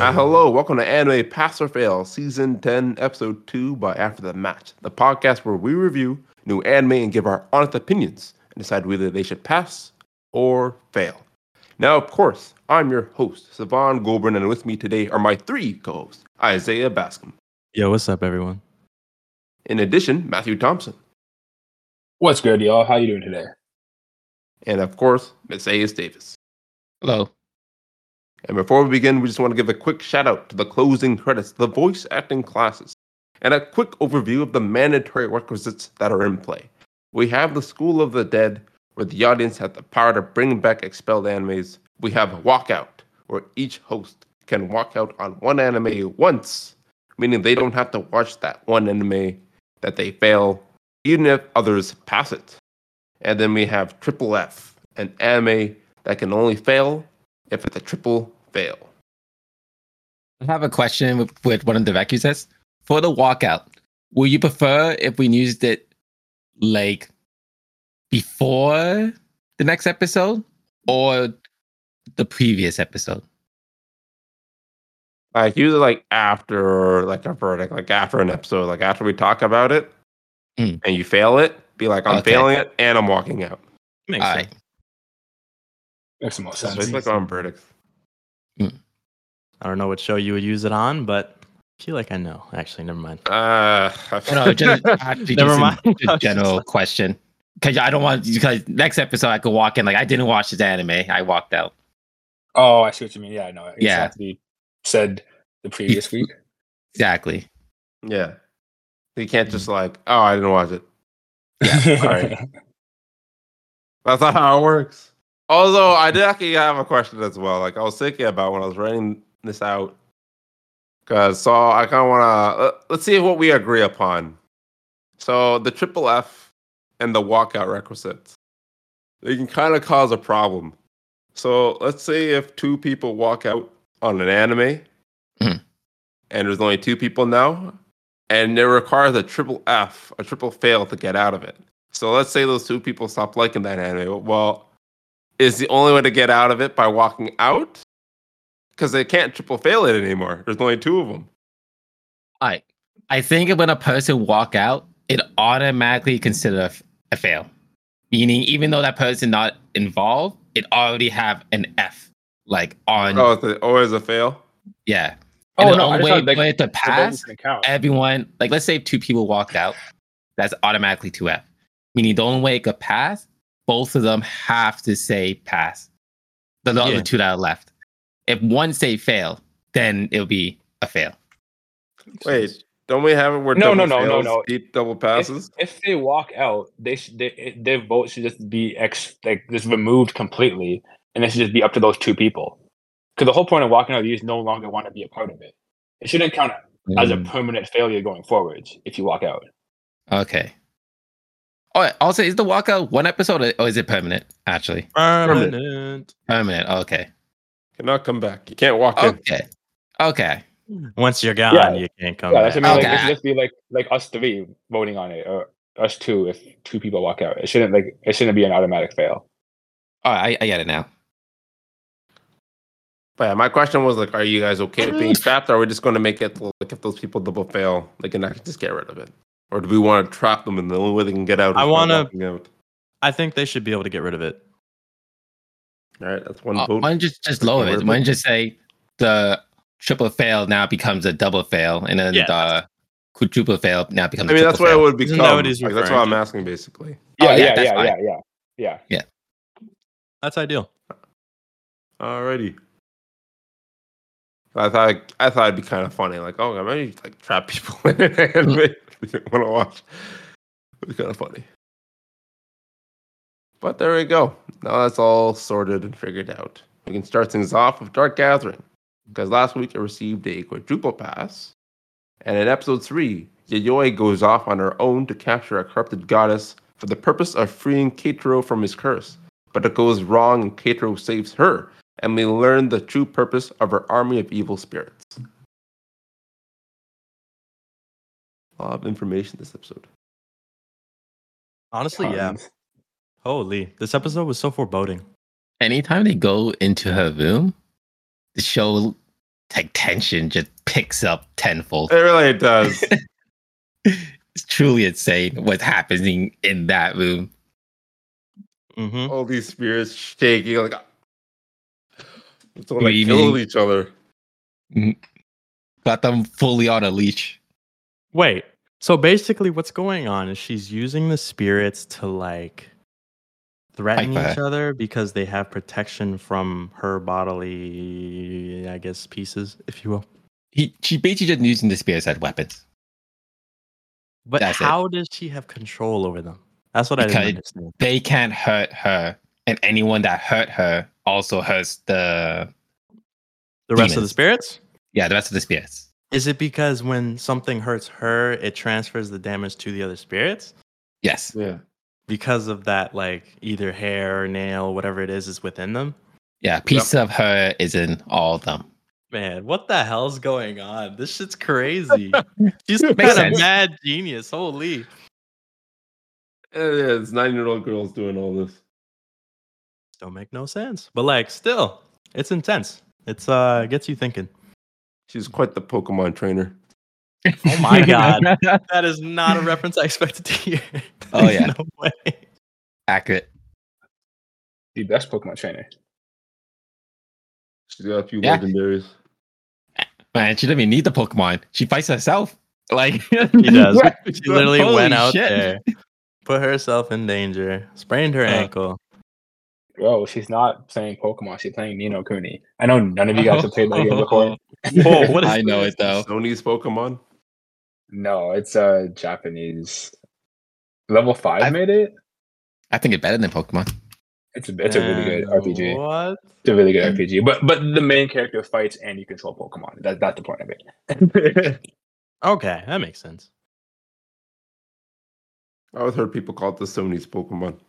Uh, hello, welcome to Anime Pass or Fail, Season 10, Episode 2 by After the Match, the podcast where we review new anime and give our honest opinions and decide whether they should pass or fail. Now, of course, I'm your host, Savan Goldburn, and with me today are my three co hosts, Isaiah Bascom. Yo, what's up, everyone? In addition, Matthew Thompson. What's good, y'all? How you doing today? And of course, Messias Davis. Hello. And before we begin, we just want to give a quick shout out to the closing credits, the voice acting classes, and a quick overview of the mandatory requisites that are in play. We have the School of the Dead, where the audience had the power to bring back expelled animes. We have Walkout, where each host can walk out on one anime once, meaning they don't have to watch that one anime that they fail, even if others pass it. And then we have Triple F, an anime that can only fail if it's a triple fail. I have a question with, with one of the requisites. For the walkout, would you prefer if we used it like before the next episode or the previous episode? Like usually like after like a verdict, like after an episode, like after we talk about it Mm. and you fail it, be like, I'm Okay. failing it and I'm walking out. Makes All sense. right. Makes the most So sense. it's like on verdicts. I don't know what show you would use it on, but I feel like I know. Actually, never mind. Uh, No, no, just, actually, Never just mind. a- I A was just general like- question. Because I don't want, because next episode I could walk in like, I didn't watch this anime. I walked out. Oh, I see what you mean. Yeah, I know. Yeah. Exactly. Said the previous week. Exactly. yeah. You can't just like, oh, I didn't watch it. all right. That's not how it works. Although I did actually have a question as well. Like I was thinking about when I was writing this out. Cause so I kind of want to uh, let's see what we agree upon. So the triple F and the walkout requisites, they can kind of cause a problem. So let's say if two people walk out on an anime, Mhm. and there's only two people now, and it requires a triple F, a triple fail to get out of it. So let's say those two people stop liking that anime. Well, is the only way to get out of it by walking out? Because they can't triple fail it anymore. There's only two of them. All right. I think when a person walk out, it automatically considered a, f- a fail. Meaning, even though that person not involved, it already have an F like on. Oh, it's a- always a fail. Yeah. Oh, and no. I the just only thought they- way for it to so that was pass, gonna count. everyone, like let's say two people walked out, that's automatically 2F. Meaning the only way it could pass, both of them have to say pass. The, the Yeah. other two that are left. If one say fail, then it'll be a fail. Wait, don't we have it where No, double no, no, no, fails no. beat double If, passes? if they walk out, they should they, it- their vote should just be ex like just removed completely, and it should just be up to those two people. Because the whole point of walking out, you just no longer want to be a part of it. It shouldn't count as Mm. a permanent failure going forwards if you walk out. Okay. All right. Also, is the walkout one episode or- or is it permanent? Actually, Permanent. Permanent. permanent. Okay. Cannot come back. You can't walk in. Okay. Okay. Once you're gone, Yeah. you can't come Yeah, back. that's what I mean. Like, it Okay. should just be like like us three voting on it, or us two if two people walk out. It shouldn't like it shouldn't be an automatic fail. All right. I, I get it now. But yeah, my question was like, are you guys okay with being trapped? Or are we just going to make it like if those people double fail, they can actually just get rid of it? Or do we want to trap them and the only way they can get out? Is I by wanna- walking out? I think they should be able to get rid of it. All right, that's one Uh, vote. Why don't you just, just lower Whatever. it? Why don't you just say the triple fail now becomes a double fail, and then Yeah. the quadruple fail now becomes. I mean, a that's triple what it fail. would Isn't become. that what he's Like, that's what referring I'm to? asking, basically. Oh, yeah, yeah, that's yeah, fine. yeah, yeah, yeah. That's ideal. Alrighty. I thought I thought it'd be kind of funny, like, oh, I'm gonna like trap people in an anime they didn't want to watch. It was kind of funny. But there we go. Now that's all sorted and figured out. We can start things off with Dark Gathering, because last week I received a quadruple pass, and in episode three, Yayoi goes off on her own to capture a corrupted goddess for the purpose of freeing Keitaro from his curse. But it goes wrong, and Keitaro saves her, and we learn the true purpose of her army of evil spirits. A lot of information this episode. Honestly, yeah. Tons. Holy, this episode was so foreboding. Anytime they go into her room, the show like tension just picks up tenfold. It really does. It's truly insane what's happening in that room. Mm-hmm. All these spirits shaking like it's all What like do you killing mean? each other. Got them fully on a leash. Wait. So basically, what's going on is she's using the spirits to like threaten Like each other because they have protection from her bodily, I guess, pieces, if you will. He, she basically just using the spears as weapons. But That's it. how does she have control over them? That's what I Because- didn't understand. They can't hurt her, and anyone that hurt her also hurts the The rest of the demons. spirits? yeah the rest of the spirits. Is it because when something hurts her, it transfers the damage to the other spirits? Yes, Yeah. Because of that, like either hair or nail, whatever it is, is within them? yeah. Piece of her is in all of them. Man, what the hell's going on? This shit's crazy. She's Makes kind of sense. mad genius. Holy. It is nine year old girls doing all this. Don't make no sense. But like still, it's intense. It's uh gets you thinking. She's quite the Pokemon trainer. Oh my God. That is not a reference I expected to hear. Oh, yeah. no way. Accurate. The best Pokemon trainer. She's got a few Yeah. legendaries. Man, she doesn't even need the Pokemon. She fights herself. Like she She does. She literally went out there, put herself in danger, sprained her Uh, ankle. Bro, she's not playing Pokemon. She's playing Nino Cooney. I know none of you guys have played that game before. Whoa, what is I know it though. Sony's Pokemon. No, it's a Japanese level 5 I've- made it. I think it's better than Pokemon. It's a, it's a really good And RPG. What? It's a really good RPG. But but the main character fights and you control Pokemon. That, that's the point of it. Okay, that makes sense. I always heard people call it the Sony's Pokemon.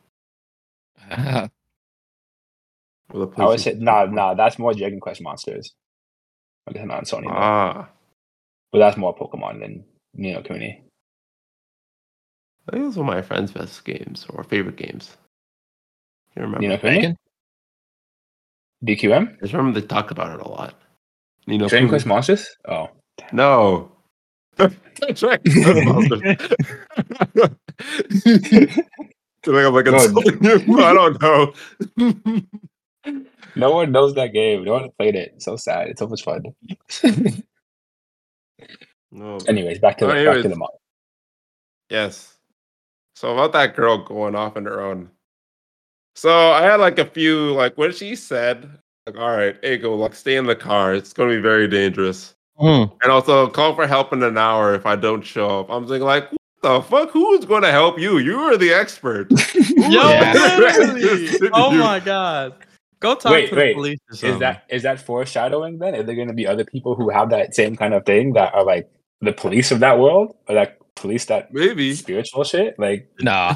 Uh, Or the I would say PlayStation nah Pokemon. nah. That's more Dragon Quest monsters. Like it's not on Sony, though. Ah. but that's more Pokemon than Nino Cooney. I think those were my friends' best games or favorite games. You remember? Nino Cooney. I DQM. just remember they talked about it a lot. You know, Dragon Quest monsters. Oh, no. Dragon Quest Monster. I think I'm like, No, insulting you. I don't know. no one knows that game. No one played it. So sad. It's so much fun. no. Anyways, back to the, back to the Anyways. mod. Yes. So about that girl going off on her own. So I had like a few like what she said. Like, all right, Ego, like stay in the car. It's gonna be very dangerous. Hmm. And also call for help in an hour if I don't show up. I'm thinking like, what the fuck? Who's gonna help you? You are the expert. Yo, Yeah. literally. Oh You- my god. Go talk Wait, to wait. the police. Or something. Is that is that foreshadowing? Then are there going to be other people who have that same kind of thing that are like the police of that world or that police that Maybe. spiritual shit? Like no,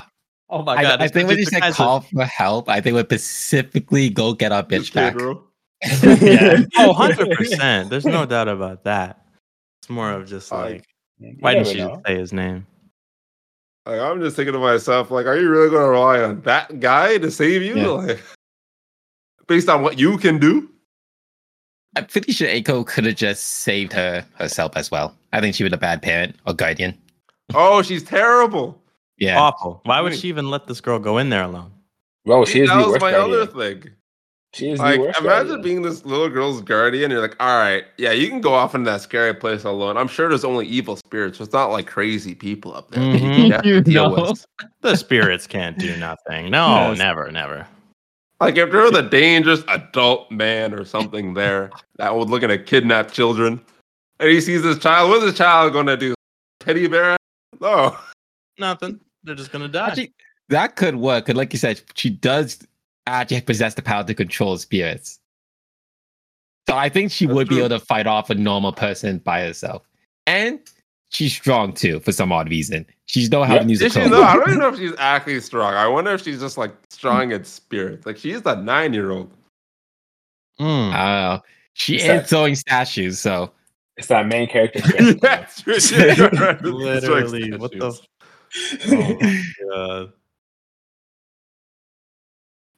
Oh my god. I, I this think bitch is when you the said kinds of- call for help, I think would specifically go get our bitch Just back. Pedro. yeah, Oh, 100%. There's no doubt about that. It's more of just Like, like, you why didn't never she know. just say his name? Like I'm just thinking to myself, like, are you really gonna rely on that guy to save you? Yeah. Like based on what you can do? I'm pretty sure Aiko could have just saved her herself as well. I think she was a bad parent or guardian. Oh, she's terrible. Yeah, Oh, Awful. Why would Wait. she even let this girl go in there alone? Bro, she is the that was worst. my guardian. other thing. She is Like, the worst. imagine guardian. being this little girl's guardian. You're like, all right, yeah, you can go off into that scary place alone. I'm sure there's only evil spirits. It's not like crazy people up there. that Mm-hmm. Mhm. you have to deal No. with. The spirits can't do nothing. No, Yes. never, never. Like, if there was a dangerous adult man or something there that was looking to kidnap children, and he sees this child, what's the child going to do? Teddy bear? No. Nothing. They're just gonna die. actually, that could work. 'cause like you said, she does actually possess the power to control spirits. So I think she That's would be true. able to fight off a normal person by herself, and she's strong too for some odd reason. She knows how Yeah. to use a Is she, code. though? I don't even know if she's actually strong. I wonder if she's just like strong in spirit. Like, she's a nine year old. Mm. I don't know. Uh, She It's is that- throwing statues, so uh, It's that main character. strength, bro. Yes, she- she's right. Literally, what the? F- oh, my God.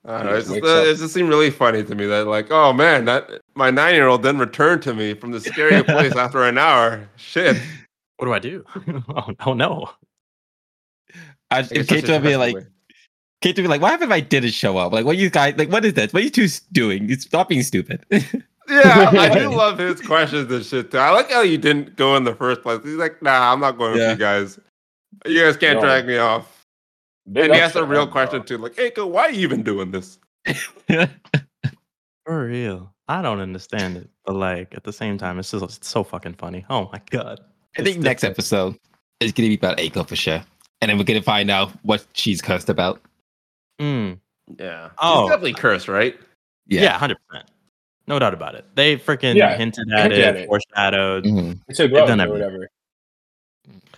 I He don't know, it's just just, wakes uh, up. it just seemed really funny to me that like, oh man, that my nine year old then returned to me from the scary place after an hour. Shit. What do I do? oh, oh no. I, I guess if that's Kato just be the like, way. Kato be like, what happened if I didn't show up? Like, what you guys, like, what is this? What are you two s- doing? You stop being stupid. yeah, I do love his questions and shit too. I like how you didn't go in the first place. He's like, nah, I'm not going Yeah. with you guys. You guys can't No. drag me off. Big and he ups asked to a real him, bro. question too, like, Eiko, why are you even doing this? For real. I don't understand it. But like at the same time, it's just it's so fucking funny. Oh my god. I think It's next different. episode is going to be about Aiko for sure. And then we're going to find out what she's cursed about. Mm. Yeah. Oh. He's definitely cursed, right? Yeah, hundred percent. No doubt about it. They freaking Yeah, hinted I at hinted it, at it. foreshadowed. Mhm. It's a growth done or everything. whatever.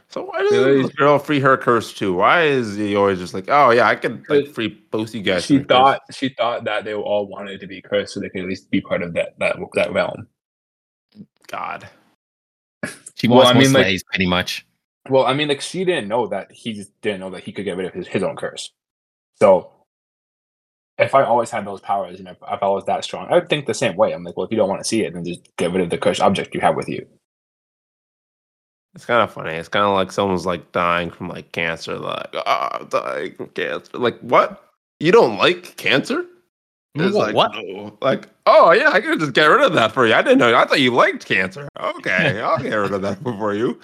So why Yeah, does the girl free her curse too? Why is he always just like, oh yeah, I could like But free both you guys? she from curse? thought she thought that they all wanted to be cursed, so they could at least be part of that that that realm. God. She Well, wants I more mean, like- slaves pretty much. Well, I mean, like she didn't know that he just didn't know that he could get rid of his, his own curse. So, if I always had those powers and if, if I was that strong, I would think the same way. I'm like, well, if you don't want to see it, then just get rid of the cursed object you have with you. It's kind of funny. It's kind of like someone's like dying from like cancer. Like, ah, I'm dying from cancer. Like, what? You don't like cancer? It's Wha- like, what? no. Like, oh yeah, I could just get rid of that for you. I didn't know. I thought you liked cancer. Okay, I'll get rid of that for you.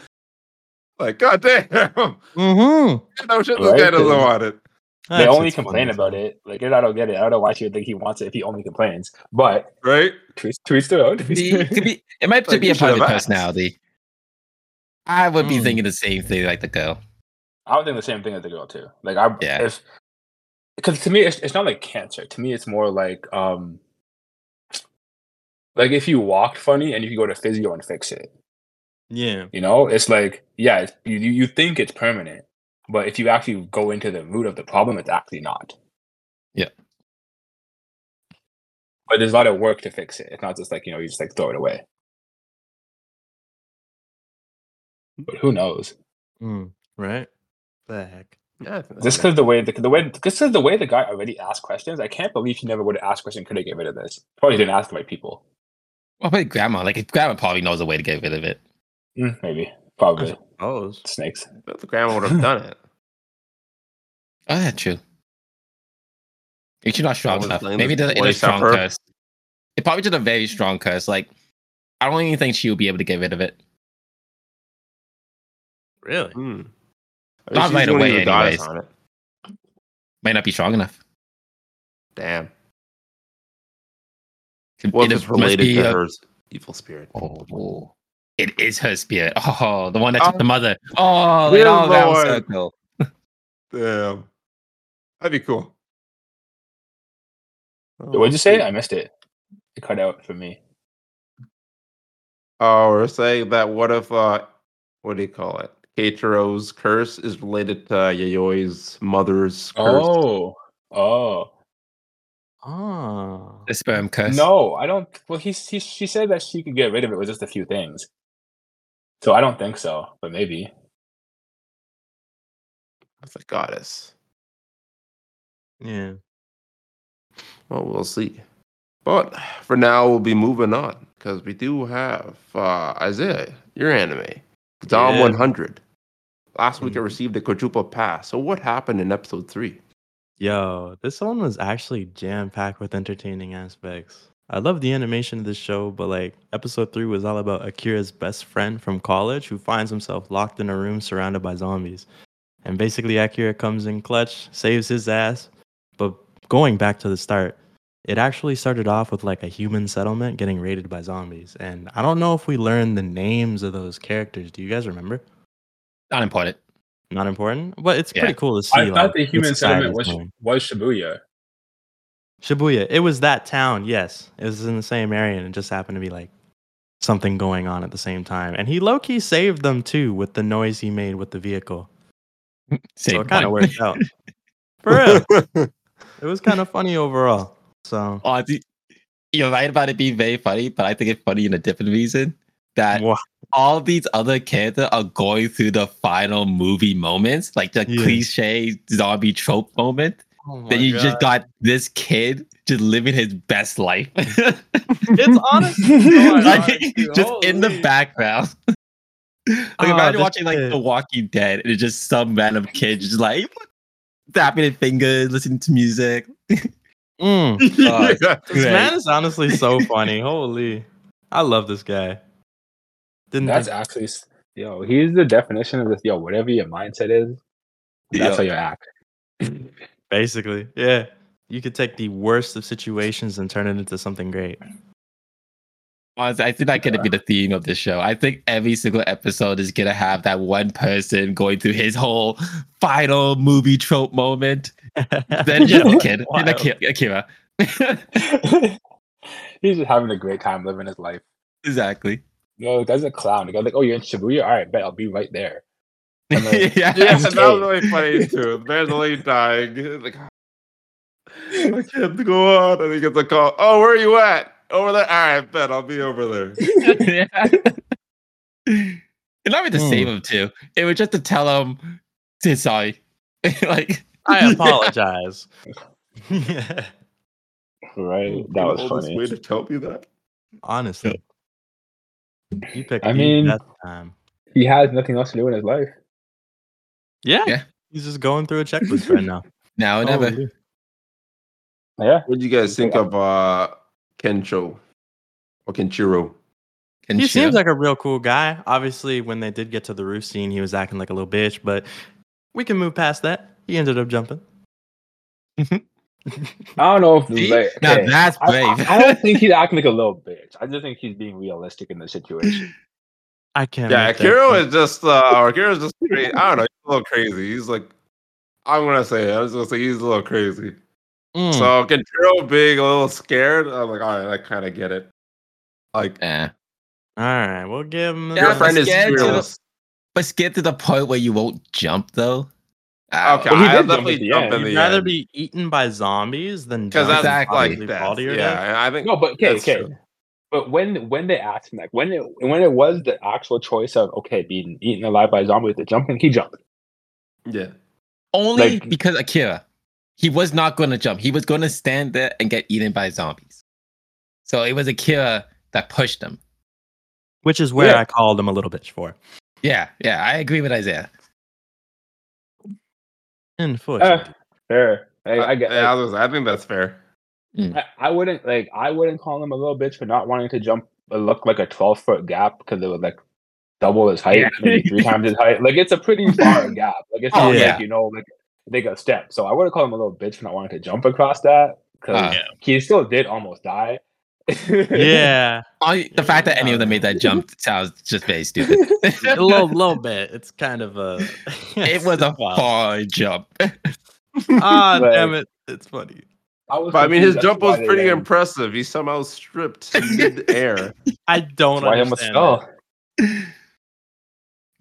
Like, god damn, you Mm-hmm. know, shit, this Right, guy doesn't dude. want it. they only complain about it. Like, I don't get it. I don't know why she would think he wants it if he only complains. But Right? tweets tweets their own. The- it could be- it might Like, just be you a part of should the have asked. personality. I would be Mm. thinking the same thing like the girl. I would think the same thing as the girl too. Like I Yeah. if because to me it's, it's not like cancer. To me it's more like um like if you walked funny and you could go to physio and fix it. Yeah. You know, it's like yeah, it's, you you you think it's permanent, but if you actually go into the root of the problem, it's actually not. Yeah. But there's a lot of work to fix it. It's not just like you know you just like throw it away. But who knows? Mm. Right? The heck. Yeah. Just because the way the, the way just because the way the guy already asked questions, I can't believe he never would have asked question. Could have get rid of this. Probably didn't ask the right people. Well, probably grandma. Like, grandma probably knows a way to get rid of it. Mm, Maybe, probably Oh. snakes. the grandma would have done it. Oh, yeah, true. If she's not strong was enough, playing maybe this the, in a voice strong effort. curse. It probably did a very strong curse. Like, I don't even think she would be able to get rid of it. Really? Hmm. I mean, Not she's right the only away goddess anyways. on it. Might not be strong enough. Damn. It- What it if it's must related be to a- her evil spirit? Oh, oh. it is her spirit. Oh, the one that took Oh. the mother. Oh, they Dear all round Lord. circle. Damn. That'd be cool. Oh, What'd you say? shoot. I missed it. It cut out for me. Oh, we're saying that what if uh what do you call it? Keituro's curse is related to Yayoi's mother's curse. Oh, oh Oh. The sperm curse. no, I don't. Well, he he she said that she could get rid of it with just a few things. So I don't think so, but maybe. That's a goddess. Yeah. Well, we'll see. But for now we'll be moving on because we do have uh Isaiah, your anime. Dom Yeah. one hundred. Last week I Mhm. received a quadruple pass. So what happened in episode three? Yo, this one was actually jam packed with entertaining aspects. I love the animation of the show, but like episode three was all about Akira's best friend from college who finds himself locked in a room surrounded by zombies. And basically, Akira comes in clutch, saves his ass. But going back to the start, it actually started off with like a human settlement getting raided by zombies. And I don't know if we learned the names of those characters. Do you guys remember? Not important. Not important, but it's Yeah. pretty cool to see. like, what society's doing. was Shibuya. Shibuya. It was that town, yes. It was in the same area, and it just happened to be like something going on at the same time. And he low key saved them too with the noise he made with the vehicle. Same so it kind of point. worked out. For real. It was kind of funny overall. So, Oh, I think- you're right about it being very funny, but I think it's funny in a different reason that Wha- all these other characters are going through the final movie moments, like the Yeah. cliche zombie trope moment, Oh my that you just God. got this kid just living his best life, It's honestly my like, Oh God, dude. just in the Holy. background. like Ah, imagine this watching like kid. The Walking Dead, and it's just some random kid just like tapping his fingers, listening to music. Mm. Oh, yeah. This Great. man is honestly so funny. Holy, I love this guy. Didn't That's think- actually, s- yo, he's the definition of this. Yo, whatever your mindset is, that's Yeah. how you act. basically, yeah. You could take the worst of situations and turn it into something great. Honestly, I think that could be the theme of the show. I think every single episode is gonna have that one person going through his whole final movie trope moment. Then you know, kid, you know, Ki- Akira. he's just having a great time living his life. exactly. Yo, that's a clown. The guy's like, oh, you're in Shibuya? All right, bet I'll be right there. I'm like, yeah. Yeah, That's that was great. really funny too. There's only dying. Like, I can't go on. And he gets a call. Oh, where are you at? Over there. All right, bet I'll be over there. yeah. And not even to Hmm. save him too. It was just to tell him, "Say sorry." like I apologize. yeah. Right? The That was oldest funny. Way to tell me that. Honestly, you pick. I me mean- that time. He has nothing else to do in his life. Yeah. Yeah. He's just going through a checklist right now. now or never. Holy. Oh, Yeah. What do you guys think of uh, Kencho or Kenchiro? And he sure. seems like a real cool guy. Obviously, when they did get to the roof scene, he was acting like a little bitch, but we can move past that. He ended up jumping. I don't know if See? like, now okay, that's I- brave. I, I don't think he's acting like a little bitch. I just think he's being realistic in the situation. I can't. Yeah, make that Akiro joke. is just uh, or Akiro's just crazy. I don't know. He's a little crazy. He's like, I'm gonna say, it. I was gonna say he's a little crazy. Mm. Hmm. So Kenchiro being a little scared, I'm like, all right, I kind of get it. Like, Yeah. All right, we'll give him. Yeah, your but friend is scared to the- fearless. But scared to the point where you won't jump though. Ow. Okay, Well, he I did jump definitely at the jump end. in You'd the rather end. be eaten by zombies than because drown that's Exactly. bodily- like death. bodily or death. Yeah, I think No, but okay, That's okay. true. But when when they asked him like when it when it was the actual choice of okay being eaten alive by zombies to jumping, he jumped. yeah. Only Like- because Akira. He was not going to jump. He was going to stand there and get eaten by zombies. So it was Akira that pushed him. which is where Yeah. I called him a little bitch for. Yeah, yeah, I agree with Isaiah. Uh, Unfortunately, Fair. I, I get. Yeah, I, like, was- I think that's fair. I, I wouldn't like. I wouldn't call him a little bitch for not wanting to jump. It looked like a twelve foot gap because it was like double his height, Yeah. maybe three times his height. Like it's a pretty far gap. Like it's Oh, not yeah. like you know like they got step. So I wouldn't call him a little bitch for not wanting to jump across that because Ah. he still did almost die. yeah, Oh, the fact that any of them made that jump sounds just very stupid. a little, little bit. It's kind of a. it was a Wow. far jump. Ah, Like- damn it! It's funny. was But I mean, his confused as to jump why was they pretty let him- impressive. He somehow stripped mid-air. I don't Why him a understand. skull?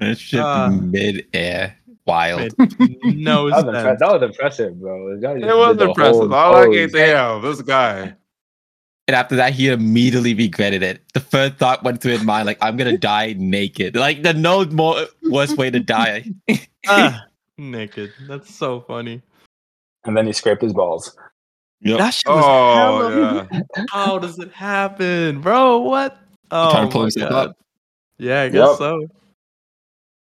It's just Ah. mid air, wild. Mid- that. No That was, impre- sense. that was impressive, bro. It It was impressive. All I can say, damn, this guy. And after that, he immediately regretted it. The first thought went through his mind, like, I'm gonna die naked. Like, the no more worse way to die. Ah, naked. That's so funny. And then he scraped his balls. That shit was Oh hella- yeah. How does it happen, bro? What? Oh, trying to pull my himself God. up. Yeah, I guess Yup. so.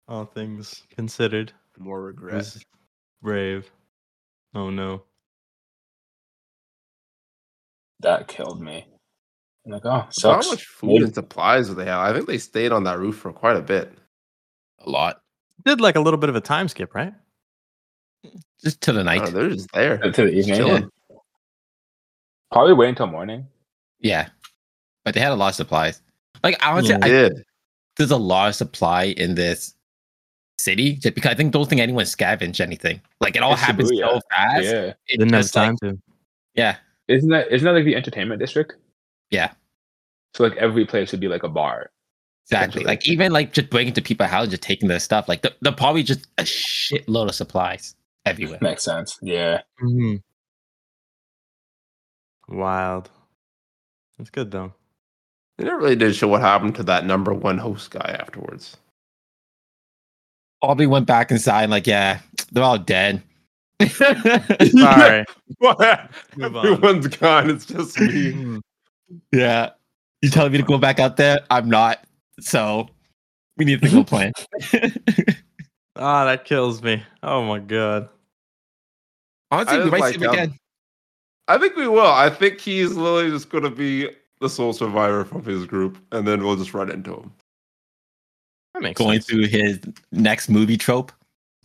All things considered, More it regret. was brave. Oh no. That killed me. I'm like, oh, So how sucks. much food and supplies do they have? I think they stayed on that roof for quite a bit. A lot. Did like a little bit of a time skip, right? Just till the I night. Oh, don't know, they're just there. to the E evening. Chilling. yeah. Probably wait until morning. Yeah. But they had a lot of supplies. Like honestly, Yeah. I, Mm. did. there's a lot of supply in this city just because I think don't think anyone scavenged anything. Like it all It's happens so Shibuya. fast. yeah. It Didn't have just, like- time to. yeah. Isn't that isn't that like the entertainment district? Yeah. So like every place would be like a bar. Exactly. Like even like just breaking into people's houses, just taking their stuff. Like they're, they're probably just a shitload of supplies everywhere. Makes sense. Yeah. Mm-hmm. Mhm. Wild. That's good though. They never really did show what happened to that number one host guy afterwards. Probably went back inside. Like yeah, they're all dead. All right. Move on. Everyone's gone. It's just me. Mm-hmm. yeah. You telling me to go back out there? I'm not. So we need to go plan. Ah, that kills me. Oh my god. I Honestly, we just might like see him how- again. I think we will. I think he's literally just going to be the sole survivor from his group, and then we'll just run into him. That makes Going sense. through his next movie trope,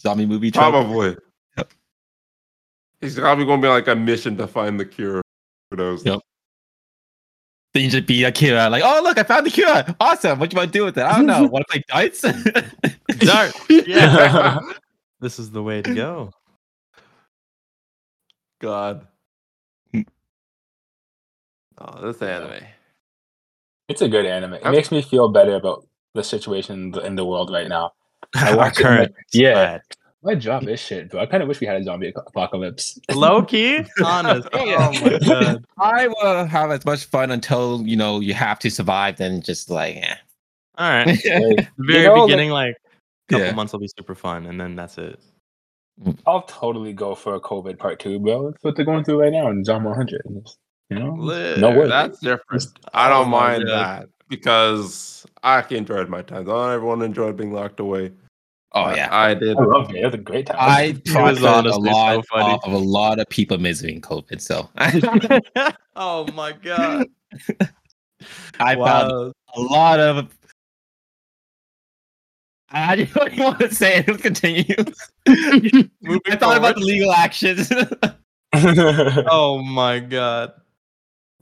zombie movie trope. Probably. Yep. He's probably going to be like a mission to find the cure. Who knows? Yep. Then you just be a cure. Like, oh, look, I found the cure. Awesome. What do you want to do with it? I don't know. Want to play dice? Dart. Yeah. This is the way to go. God. Mm. Oh, this anime. It's a good anime. It That's- makes me feel better about the situation in the- in the world right now. I Our watch it and current like, yeah. bad. My job is shit, bro. I kind of wish we had a zombie apo- apocalypse. Low key, honest. Oh, yeah. Oh my god. I will have as much fun until you know you have to survive. Then just like, eh. All right. Like, The very know, like- beginning, like a couple Yeah. months will be super fun, and then that's it. I'll totally go for a COVID part two, bro. That's what they're going through right now in Zombie 100. You know? Lit. way. That's uh, different. I don't Oh my mind God. that because I enjoyed my time. Not everyone enjoyed being locked away. Oh but yeah. I did. I loved it. It was a great time. I was profited a honestly so lot funny. of a lot of people misery COVID. So oh my god. I found wow. a lot of. I just don't even want to say it. Let's continue. I thought about the legal actions. Oh my god.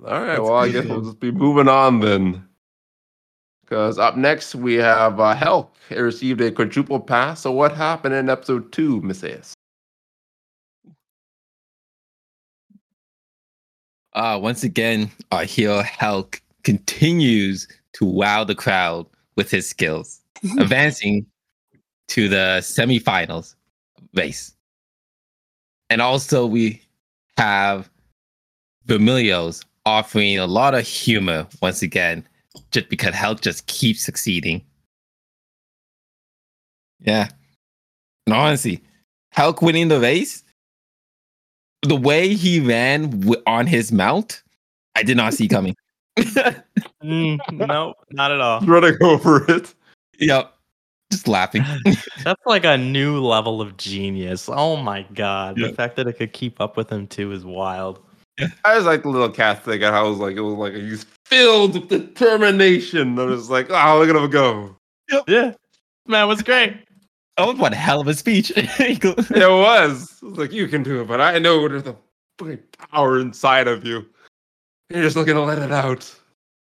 All right. That's Well, I guess good. we'll just be moving on then. Because up next we have uh, Hell. It received a quadruple pass. So what happened in episode two, Miss Ace? Uh, once again, our hero Hulk continues to wow the crowd with his skills, advancing to the semifinals race. And also, we have Vermilios offering a lot of humor once again, just because Hulk just keeps succeeding. Yeah. And honestly, Hulk winning the race the way he ran w- on his mount, I did not see coming. Mm, nope, not at all. Running over it. yep. Just laughing. That's like a new level of genius. Oh my god. Yeah. The fact that it could keep up with him too is wild. I was like the little cat thing, and I was like, it was like he's filled with determination. I was like, oh, look at him go. Yeah. Man was great. That was one hell of a speech. It was. It was like you can do it, but I know there's the fucking power inside of you. You're just looking to let it out.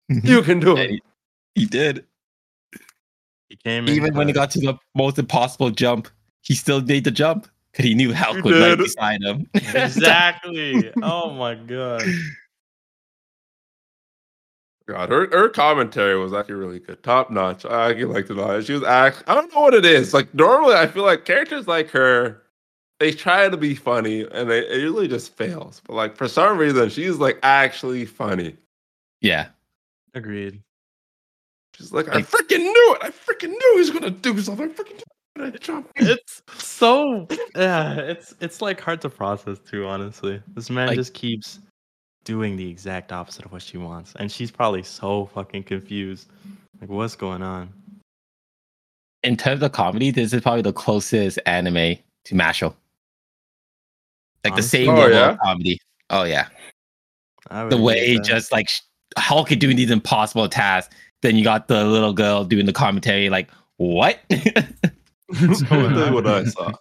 You can do it. Hey. he did. He came in Even when he uh, clutch. got to the most impossible jump, he still made the jump because he knew Hulk He would right did. beside him. Exactly. oh my god. God, her, her commentary was actually really good, top notch. I actually liked it a lot. She was act. I don't know what it is. Like normally, I feel like characters like her, they try to be funny, and they it usually just fails. But like for some reason, she's like actually funny. yeah. Agreed. She's like, I Like- freaking knew it. I freaking knew he was gonna do something. I freaking knew he was gonna jump. It's so yeah, it's it's like hard to process too, honestly. This man Like- just keeps doing the exact opposite of what she wants. And she's probably so fucking confused. Like what's going on? In terms of comedy, this is probably the closest anime to Mashal. Like the Honestly? same Oh, level yeah? of comedy. Oh, yeah. I would the agree way with he that. just like sh- Hulk doing these impossible tasks. Then you got the little girl doing the commentary, like what? That's on? what I saw.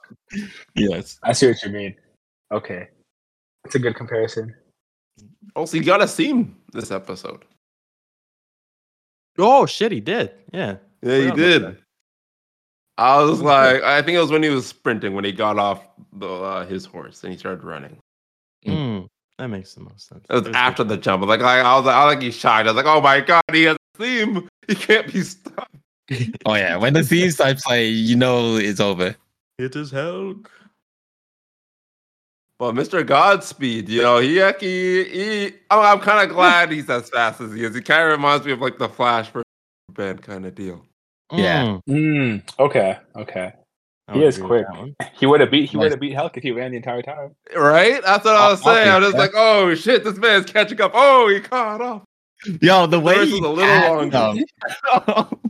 yes. I see what you mean. Okay. It's a good comparison. Also, you got a scene this episode. Oh shit, he did. Yeah. Yeah, he Forgot about did. that. I was like, I think it was when he was sprinting when he got off the, uh, his horse and he started running. Mm, that makes the most sense. It was It was after the jump. Like I, I was like, I like he shot. I was like, oh my god, he has a theme. He can't be stopped. Oh yeah. When the theme starts playing, you know it's over. good. it is Hulk. But Mr. Godspeed, you know, he, he, he oh, I'm kind of glad he's as fast as he is. He kind of reminds me of like the Flash for band kind of deal. Yeah. Mm, Mm, okay. Okay. I He would is agree with quick. that one. He would have beat. He Nice. would have beat Hulk if he ran the entire time. Right? That's what I was I'll- I'll saying. be I'm just like, back. oh shit, this man's catching up. Oh, he caught up. Yo, the way Yours was he a little tagged longer.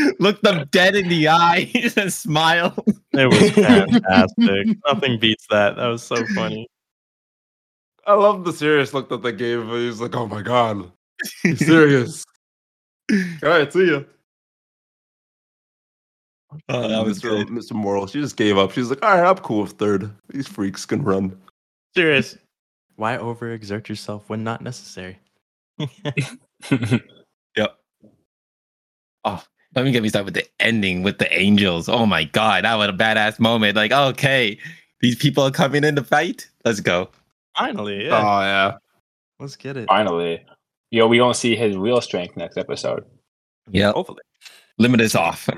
them. looked them dead in the eye and smiled. It was fantastic. Nothing beats that. That was so funny. I love the serious look that they gave. He was like, oh my god, he's serious. All right, see ya. Oh, that was Mr. good. Mr. Morrill, she just gave up. She's like, all right, I'm cool with third. These freaks can run. Serious. Why overexert yourself when not necessary? Let me get me started with the ending with the angels. Oh my god, that was a badass moment. Like, okay, these people are coming in to fight. Let's go. Finally, Uh, yeah. Oh yeah. Let's get it. Finally, yo, we gonna see his real strength next episode. Yeah, Hopefully. limit is off.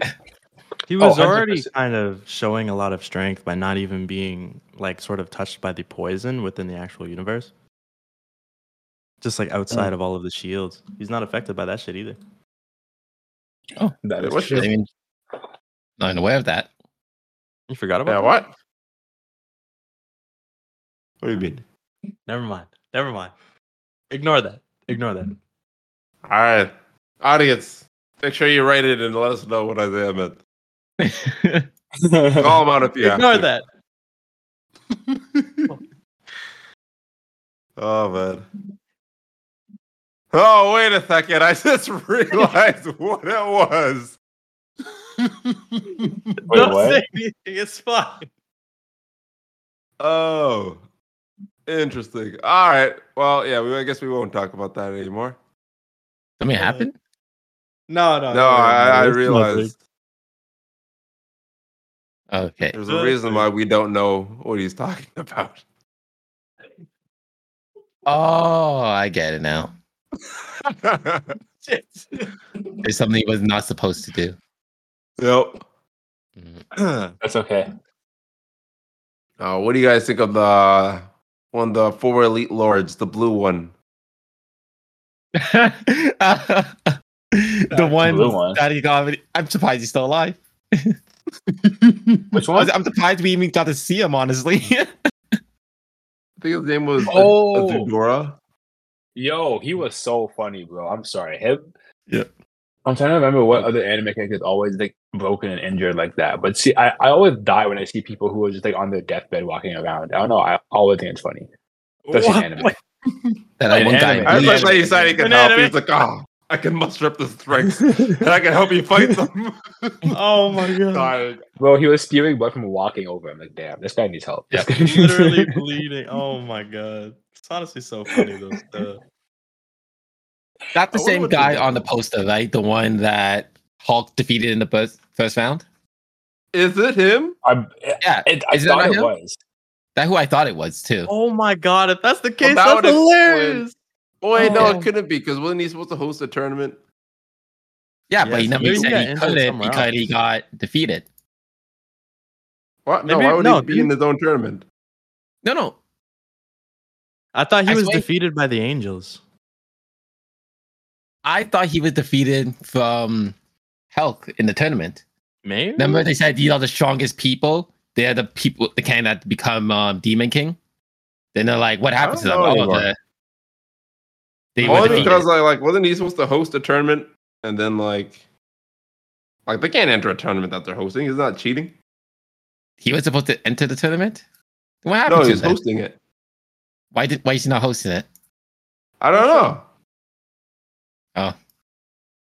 He was 100%. already kind of showing a lot of strength by not even being like sort of touched by the poison within the actual universe. Just like outside of all of the shields. He's not affected by that shit either. That Wait, is what's I true. your- mean, not aware of that. You forgot about Yeah, that? what? What do you mean? Never mind. Never mind. Ignore that. Ignore that. All right, audience, make sure you write it and let us know what Isaiah meant. Oh, Call him out if you have Ignore to. that. Oh man. Oh wait a second! I just realized what it was. Wait, Don't what? say anything. It's fine. Oh, interesting. All right. Well, yeah. We, I guess we won't talk about that anymore. Something happened? No, no. No, I, I Uh, it's lovely. realized Okay. there's a reason why we don't know what he's talking about. Oh, I get it now. It's something he was not supposed to do. yep. Mhm. That's okay. Uh, what do you guys think of the one of the four elite lords, the blue one? the one, blue one. that he got, I'm surprised he's still alive. Which I was- one? I'm surprised we even got to see him, honestly. I think his name was Oh. Adora. Yo, he was so funny, bro. I'm sorry. Him. Yeah. I'm trying to remember what other anime characters always like broken and injured like that. But see, I, I always die when I see people who are just like on their deathbed walking around. I don't know. I always think it's funny. Especially in anime. that An one guy. anime. I was like, Banana. he said he could Banana. help. He's like, oh, I can muster up the strength and I can help you fight them. Oh my god. Dying. Bro, he was spewing blood from walking over. I'm like, damn, this guy needs help. Yeah. Literally bleeding. Oh my god. It's honestly so funny though. The- Not I wonder the same what the- guy on the poster, right? The one that Hulk defeated in the first, first round. Is it him? I'm, Yeah, it, I Is that thought not it him? was. that who I thought it was too. Oh my god, if that's the case, that that's would explain- hilarious. Wait, no, Oh. it couldn't be because wasn't he supposed to host a tournament? yeah, yeah, but he never maybe he got said he injured couldn't somewhere because else. he got defeated. What? No, Maybe- why would no, he be in his own tournament? No, no. I thought he I was swear- defeated by the angels. I thought he was defeated from Hulk in the tournament. Maybe. Remember they said these are the strongest people. They're the people the kind that become um, Demon King. Then they're like, what happens to don't them? know Oh, anymore. the, they were Only defeated. because I like wasn't he supposed to host a tournament and then like like they can't enter a tournament that they're hosting. It's not cheating. he was supposed to enter the tournament. What happened No, to he's him? then? hosting it. Why did why is he not hosting it? I don't know.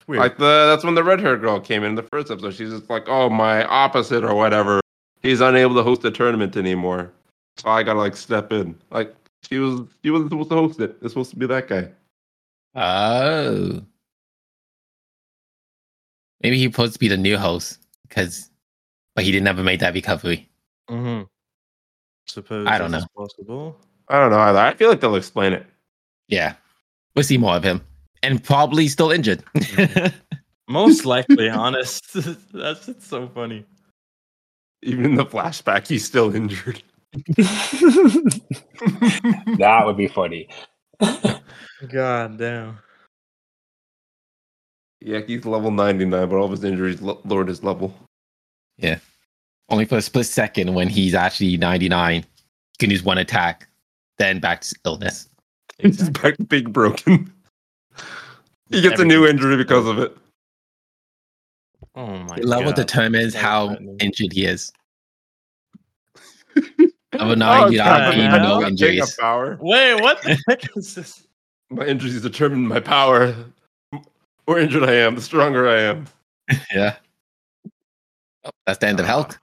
Weird. Like the that's when the red hair girl came in the first episode. She's just like, oh my opposite or whatever. He's unable to host a tournament anymore, so I gotta like step in. Like she was she wasn't supposed to host it. It's supposed to be that guy. Oh. Maybe he supposed to be the new host because, but he didn't ever make that recovery. Mhm. Suppose I don't this know. is Possible. I don't know either. I feel like they'll explain it. Yeah. We'll see more of him and probably still injured. Most likely, honest. that's it's so funny. Even in the flashback, he's still injured. That would be funny. God damn. Yeah, he's level 99, but all of his injuries lo- lowered his level. only for a split second when he's actually 99. He can use one attack, then back to illness. His back being broken. he gets a new injury because of it. Oh my Level god. determines That's how threatening. injured he is. Level Oh, it's 99 kinda being bad. bad. no Taking injuries. a power. Wait, what the heck is this? My injuries determine my power. The more injured I am, the stronger I am. Yeah. Oh, that's the end of Hulk.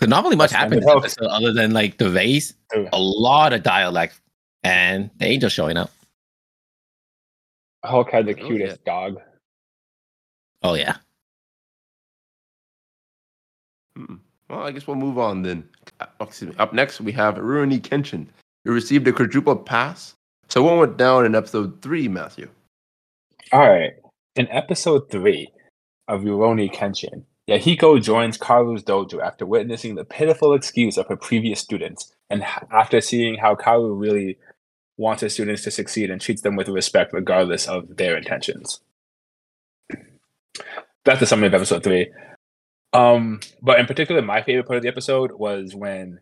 So not really much That's the end happened of this Hulk. episode other than like the race, Yeah. a lot of dialect, and the angel showing up. Hulk had the Oh, yeah. cutest dog. Oh yeah. Hmm. Well, I guess we'll move on then. Uh, Excuse me. Up next, we have Rurouni Kenshin, who received a quadruple pass. So one went down in episode three, Matthew. All right. In episode three of Rurouni Kenshin, Yahiko joins Karu's dojo after witnessing the pitiful excuse of her previous students and h- after seeing how Karu really wants her students to succeed and treats them with respect regardless of their intentions. That's the summary of episode three. Um, but in particular, my favorite part of the episode was when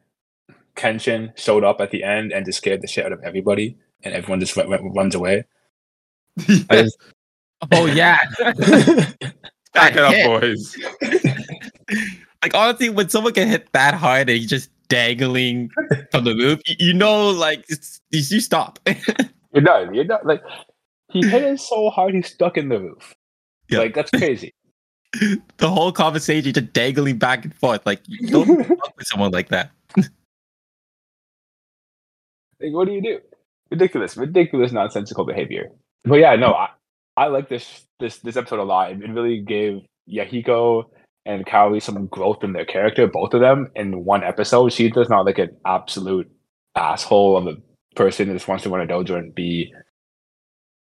Kenshin showed up at the end and just scared the shit out of everybody, and everyone just r- runs away. I just- Oh yeah. Back it Yeah. up, boys. like honestly, when someone can hit that hard and you're just dangling from the roof, you, you know, like it's, you, you stop. You're done. You're done. Like he hit it so hard, he's stuck in the roof. Yeah. Like that's crazy. the whole conversation just dangling back and forth. Like you don't like, fuck with someone like that. what do you do? Ridiculous, ridiculous, nonsensical behavior. But yeah, no, I, I like this this this episode a lot. It really gave Yahiko and Kaori some growth in their character, both of them in one episode. She does not like an absolute asshole of a person who just wants to run a dojo and be,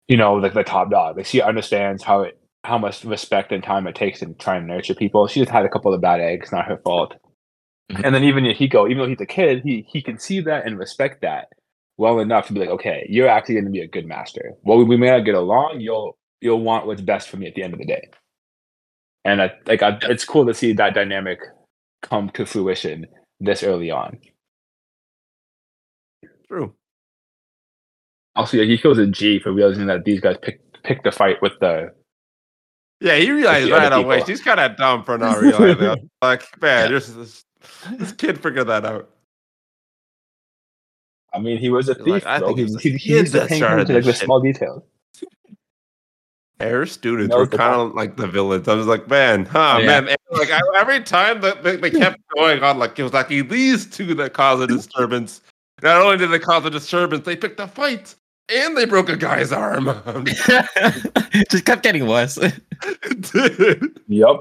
you know, like the top dog. Like she understands how it how much respect and time it takes to try and nurture people. She just had a couple of bad eggs, not her fault. Mhm. And then even Yahiko, even though he's a kid, he he can see that and respect that well enough to be like, okay, you're actually going to be a good master. Well, we, we may not get along. You'll you'll want what's best for me at the end of the day. And I like I, it's cool to see that dynamic come to fruition this early on. True. Also, yeah, he feels a G for realizing that these guys picked picked the fight with the. Yeah, he With realized the other right away. people. She's kind of dumb for not realizing. that. Like, man, this, this, this kid figured that out. I mean, he was a Like, thief. I bro. think it he, was the he, he kid used to that pay started attention to, like this the shit. small details. Our students No, were it's a kind of like the villains. I was like, man, huh, Yeah. man. And, like I, every time that they, they kept going on, like it was like these two that caused a disturbance. Not only did they cause a disturbance, they picked a fight and they broke a guy's arm. I'm just- just kept getting worse. Dude, Yep.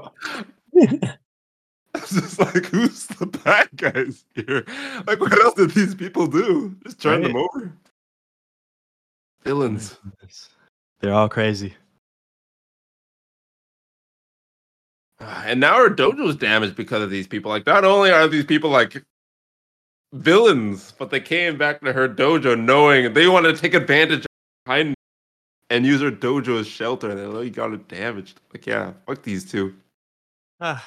I'm just like, who's the bad guys here? Like, what else did these people do? Just turn them Right. over. Villains. They're all crazy. And now our dojo's damaged because of these people. Like, not only are these people like villains, but they came back to her dojo knowing they wanted to take advantage of her kindness and use her dojo as shelter. And they really got it damaged. Like, yeah, fuck these two. Ah,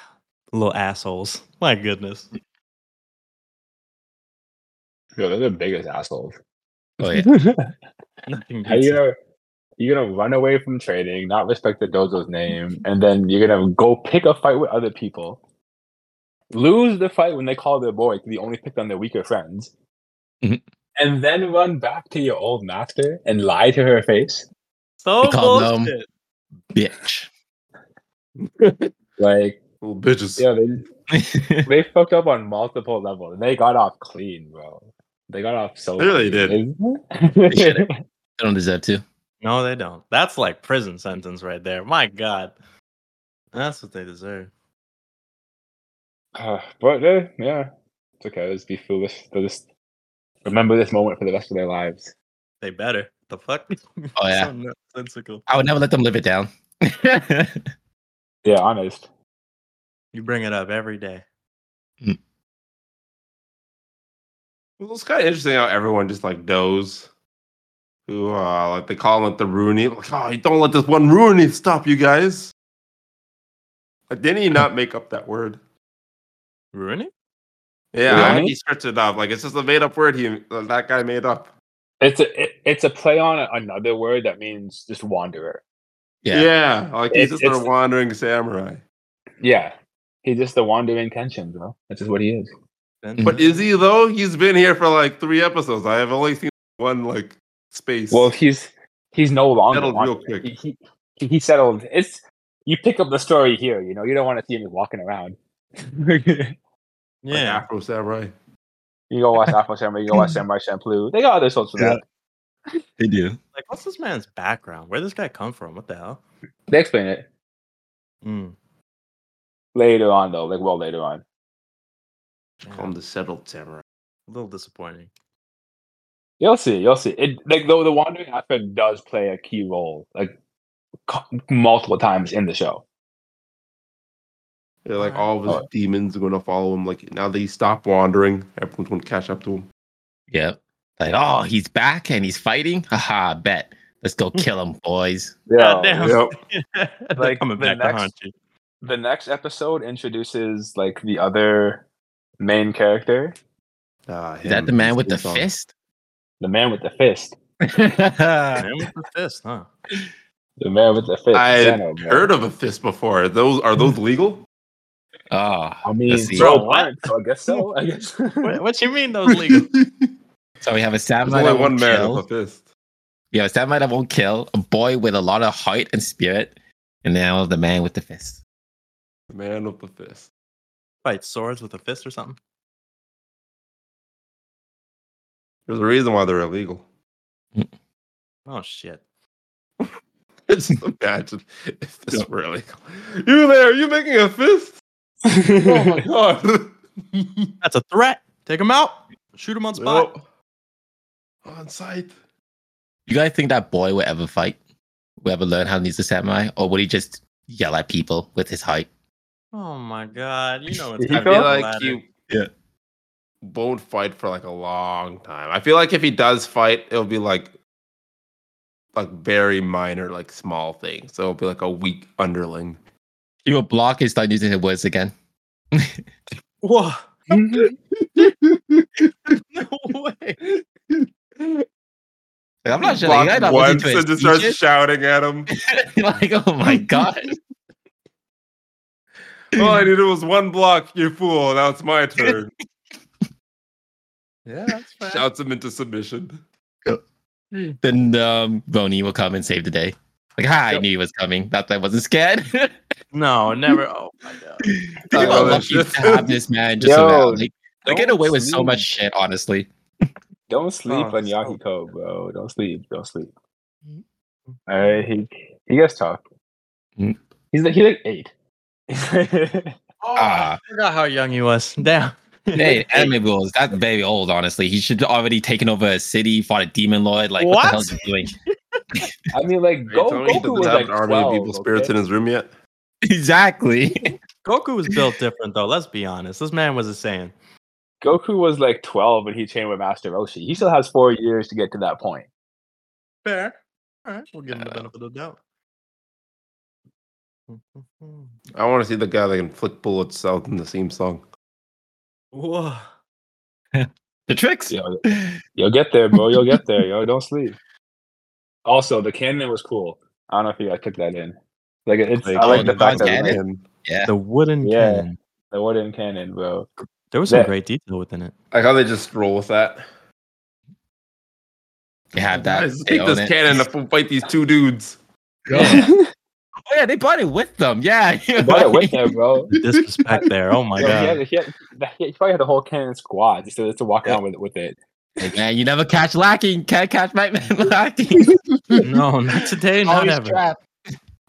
little assholes. My goodness. Yo, they're the biggest assholes. Oh, yeah. Nothing How beats you it. gonna you're gonna run away from training, not respect the dojo's name, and then you're gonna go pick a fight with other people, lose the fight when they call their boy 'cause you only picked on their weaker friends, Mm-hmm. Mhm. and then run back to your old master and lie to her face. So We call them- bullshit. Bitch. Like, Little bitches. yeah, they they fucked up on multiple levels, and they got off clean, bro. They got off so. They really clean. should've. I don't deserve to. No, they don't. That's like prison sentence right there. My god. That's what they deserve. Uh, but uh, yeah, it's okay. Let's be foolish. They'll just remember this moment for the rest of their lives. They better. The fuck? Oh, yeah. so nonsensical. I would never let them live it down. Yeah, honest. You bring it up every day. Well, it's kind of interesting how everyone just like knows who, uh, like they call it the Rooney. Like, oh, you don't let this one Rooney stop you guys. Like, didn't he not make up that word? Ruin it? Yeah, Really? I think he starts it off like it's just a made up word he uh, that guy made up. It's a it, it's a play on a- another word that means just wanderer. Yeah. Mm-hmm. Yeah, like he's It's- just a it's- wandering samurai. Yeah, he's just the wandering tension, bro. That's just what he is. But is he though? He's been here for like three episodes. I have only seen one like space. Well, he's he's no longer Settled real wandering. quick. He, he he settled. It's you pick up the story here. You know, you don't want to see him walking around. you like yeah, Afro samurai. go watch Afro Samurai. You go watch Samurai Champloo. They got other sorts for Yeah. that. They do. like what's this man's background? Where did this guy come from? What the hell? They explain it Mm. later on, though. Like well, later on. Yeah, Call him the settled samurai. a little disappointing. You'll see. You'll see. It like though the wandering aspect does play a key role, like co- multiple times in the show. Yeah, like Alright. all of his Oh. Alright. demons are gonna follow him. Like now that he stopped wandering, everyone's gonna catch up to him. Yep. Like, oh, he's back and he's fighting. Haha, bet. Let's go kill him, boys. God damn. Yep. They're Like, coming the back to next- haunt you. The next episode introduces like the other main character, Ah, Is that him. the man He's with the still fist? the man with the fist. yeah. Man with the fist, huh? The man with the fist. I Zeno, bro. Heard of a fist before? Those are Hmm. those legal? Oh, I mean, see. so, Bro, what? so I guess so. I guess. What, what you mean those legal? There's so we have a samurai only that one won't man with kill. a fist. We have a samurai that won't kill. A boy with a lot of heart and spirit, and now the man with the fist. The man with the fist. Fight swords with a fist or something? There's a reason why they're illegal. Oh shit. Just imagine if this were illegal. You there? You making a fist? Oh my god! That's a threat. Take him out. Shoot him on spot. Nope. On site. You guys think that boy will ever fight? Will ever learn how to use the samurai, or would he just yell at people with his heart? Oh my god. You know it's Did he I gotta go? feel be the like latter. you Yeah. won't fight for like a long time. I feel like if he does fight, it'll be like like very minor, like small thing. So it'll be like a weak underling. He will block and start using his words again. Whoa. No way. Like, I'm not sure. Block Like, you guys not listening once to his and just starts speeches? shouting at him. like, oh my god! All I needed was one block, you fool. Now it's my turn. Yeah, that's fair. Shouts him into submission. then um, Roni will come and save the day. Like, ha! I Yep. knew he was coming. Not that I wasn't scared. No, never. Oh my god. Uh, Like, Oh, I'm that's lucky to just- have this man just Yo, around. Like, they get don't away with so sleep. much shit, honestly. Don't sleep Oh, on so- Yahiko, bro. Don't sleep. Don't sleep. All right, he he gets tough. Mm. He's like he's like eight. yeah, Oh, Ah. I forgot how young he was. Damn. Hey, anime rules. That's very old, honestly. He should already taken over a city, fought a demon lord. Like, what, the What? hell is he doing? I mean, like Hey, Go, Tony Goku doesn't was have like an army of 12, evil spirits okay? in his room yet. exactly. Goku was built different though. Let's be honest. This man was a Saiyan. Goku was like twelve when he trained with Master Roshi. He still has four years to get to that point. Fair. All right, we'll give him the Uh, benefit of the doubt. I want to see the guy that can flick bullets out in the same song. Whoa. the tricks. Yo, you'll get there, bro. You'll get there. Yo, don't sleep. Also, the cannon was cool. I don't know if you guys took that in. Like, it's, I like the Oh, fact that cannon? like, The wooden Yeah. cannon. the wooden cannon, bro. There was some That- great detail within it. Like how they just roll with that. They have that. Guys, They take own this it. cannon up and fight these two dudes. Yeah. Oh, yeah, they brought it with them. Yeah. But it went there, bro. The disrespect there. Oh my Yo, he, god. had, he, had, he probably had the whole cannon squad just to, just to walk around with, with it. Like, man, you never catch lacking. Can't catch my man lacking. No, not today, not Always ever. trapped.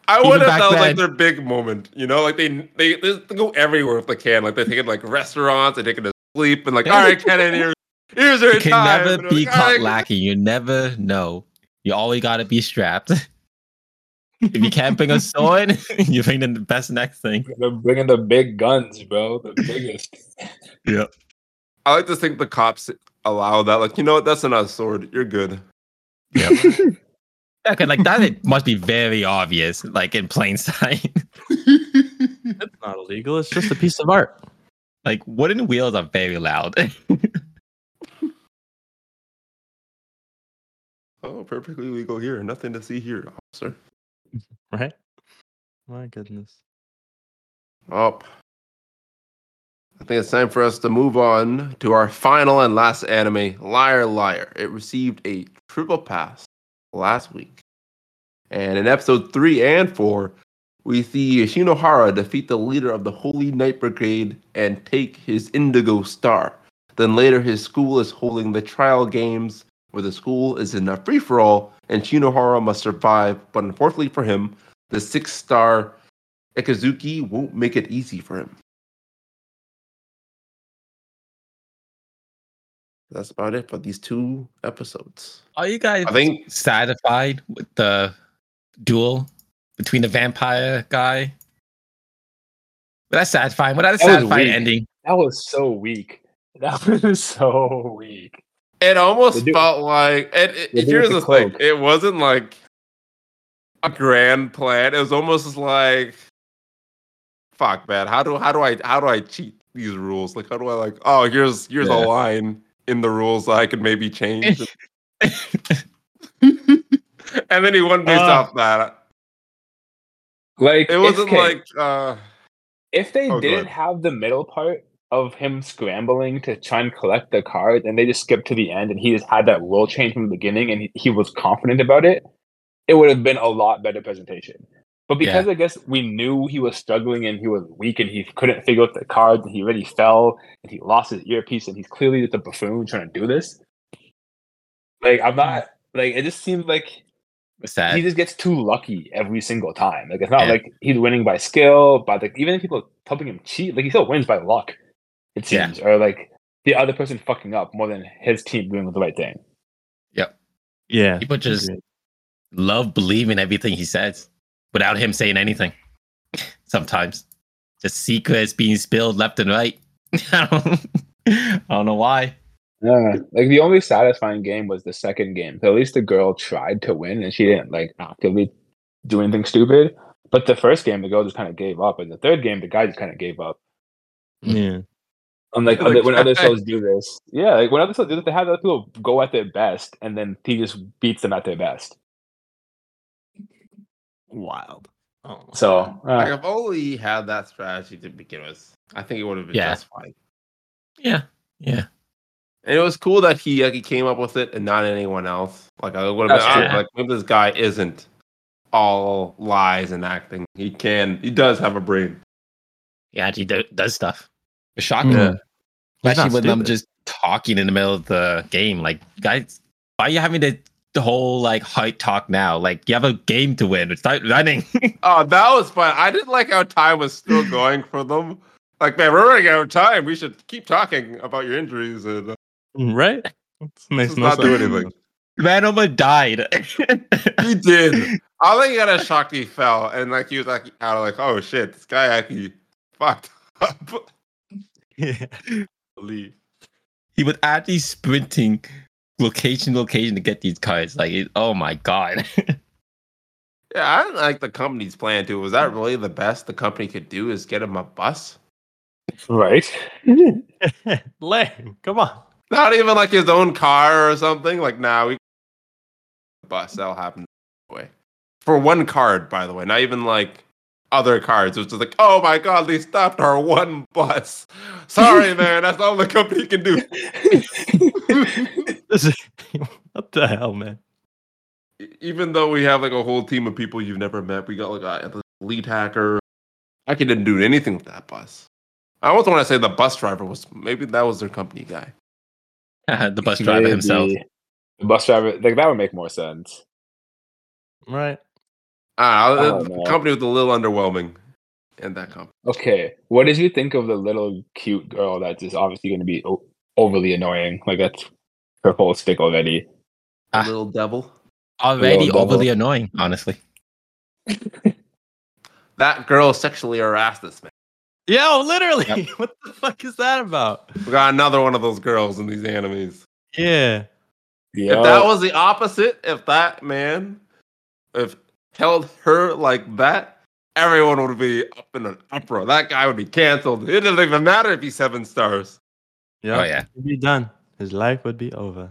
I Even wonder if back that was then. like their big moment. You know, like they they, they go everywhere if they can. Like they take it to, like restaurants, they take it to sleep, and like, all right, cannon, here, here's your You can time. never And they're be like, "All caught right, lacking. You never know. You always gotta be strapped. if you can't bring a sword, you bring the best next thing. They're bringing the big guns, bro. The biggest. I like to think the cops allow that. Like, you know what? That's not a sword. You're good. Okay, like that it must be very obvious, like in plain sight. It's not illegal. It's just a piece of art. Like wooden wheels are very loud. Oh, perfectly legal here. Nothing to see here, officer. right? My goodness. Up. I think it's time for us to move on to our final and last anime, Liar Liar. It received a triple pass last week. And in episode 3 and 4, we see Shinohara defeat the leader of the Holy Knight Brigade and take his Indigo Star. Then later, his school is holding the trial games where the school is in a free for all and Shinohara must survive. But unfortunately for him, the six star Ikazuki won't make it easy for him. That's about it for these two episodes. Are you guys I think satisfied with the duel between the vampire guy? Well, that's satisfying. Well, that's a That was satisfying weak. ending. That was so weak. That was so weak. it almost They do- felt like and it, They do here's it the with the thing: cloak. it wasn't like a grand plan. It was almost like, fuck, man. How do how do I how do I cheat these rules? Like, how do I like? Oh, here's here's a Yeah. line in the rules that I could maybe change. and then he won based Uh, off that. Like It if- wasn't okay, like uh if they Oh, go didn't have the middle part of him scrambling to try and collect the cards, and they just skipped to the end, and he just had that rule change from the beginning, and he, he was confident about it, it would have been a lot better presentation. But because I guess we knew he was struggling and he was weak and he couldn't figure out the cards and he already fell and he lost his earpiece and he's clearly just a buffoon trying to do this. Like Hmm. I'm not like it just seems like What's that? he just gets too lucky every single time. Like it's not Yeah. like he's winning by skill, by like even if people helping him cheat, like he still wins by luck. It Yeah. seems, or like the other person fucking up more than his team doing the right thing. Yeah. People just agreed. love believing everything he says without him saying anything. Sometimes, just secrets being spilled left and right. I don't- I don't know why. Yeah. Like the only satisfying game was the second game. So at least the girl tried to win and she didn't like Ah. actively do anything stupid. But the first game, the girl just kind of gave up, and the third game, the guy just kind of gave up. Yeah. Unlike Yeah, other, like, when other I- shows do this, yeah, like when other shows do this, they have other people go at their best, and then he just beats them at their best. Wild. Oh. my So God. like uh, if only had that strategy to begin with, I think it would have been Yeah. just fine. Yeah, yeah. And it was cool that he like he came up with it and not anyone else. Like I would have That's been true. honest, like maybe this guy isn't all lies and acting. He can he does have a brain. Yeah, he do, does stuff. A shocker. Mm. Yeah. He's Especially not when I'm stupid. just talking in the middle of the game. Like, guys, why are you having the, the whole like hype talk now? Like, you have a game to win. Start running. Oh, that was fun. I didn't like how time was still going for them. Like man, we're running out of time. We should keep talking about your injuries and uh, Mm, right. This this makes does no not do sense. anything. Man almost died. He did. I think he got a shock he fell and like he was like out of like, oh shit, this guy actually fucked up. Yeah. Leave. he was actually sprinting location to location to get these cards. Like, it, oh my god. Yeah, I didn't like the company's plan too. Was that really the best the company could do? Is get him a bus? right, Lame. Come on. Not even like his own car or something. Like, nah, we bus. That'll happen. Way for one card, by the way. Not even like other cards. It was just like, oh my god, they stopped our one bus. Sorry, man. That's all the company can do. This is what the hell, man. E, even though we have like a whole team of people you've never met, we got like a, a lead hacker. I didn't do anything with that bus. I almost want to say the bus driver was maybe that was their company guy. the bus driver himself. Maybe. The bus driver, like that would make more sense. Right. Ah, Oh, the no. company was a little underwhelming, and that company. Okay, what did you think of the little cute girl that's just obviously going to be o- overly annoying? Like that's her whole stick already. The Ah. little devil. Already Little overly devil. annoying, honestly. That girl sexually harassed us, man. Yo, literally. What the fuck is that about? We got another one of those girls in these animes. Yeah. Yeah, If that was the opposite, if that man, if held her like that, everyone would be up in an uproar. That guy would be canceled. It doesn't even matter if he's seven stars. Yeah, Oh yeah. he'd be done. His life would be over.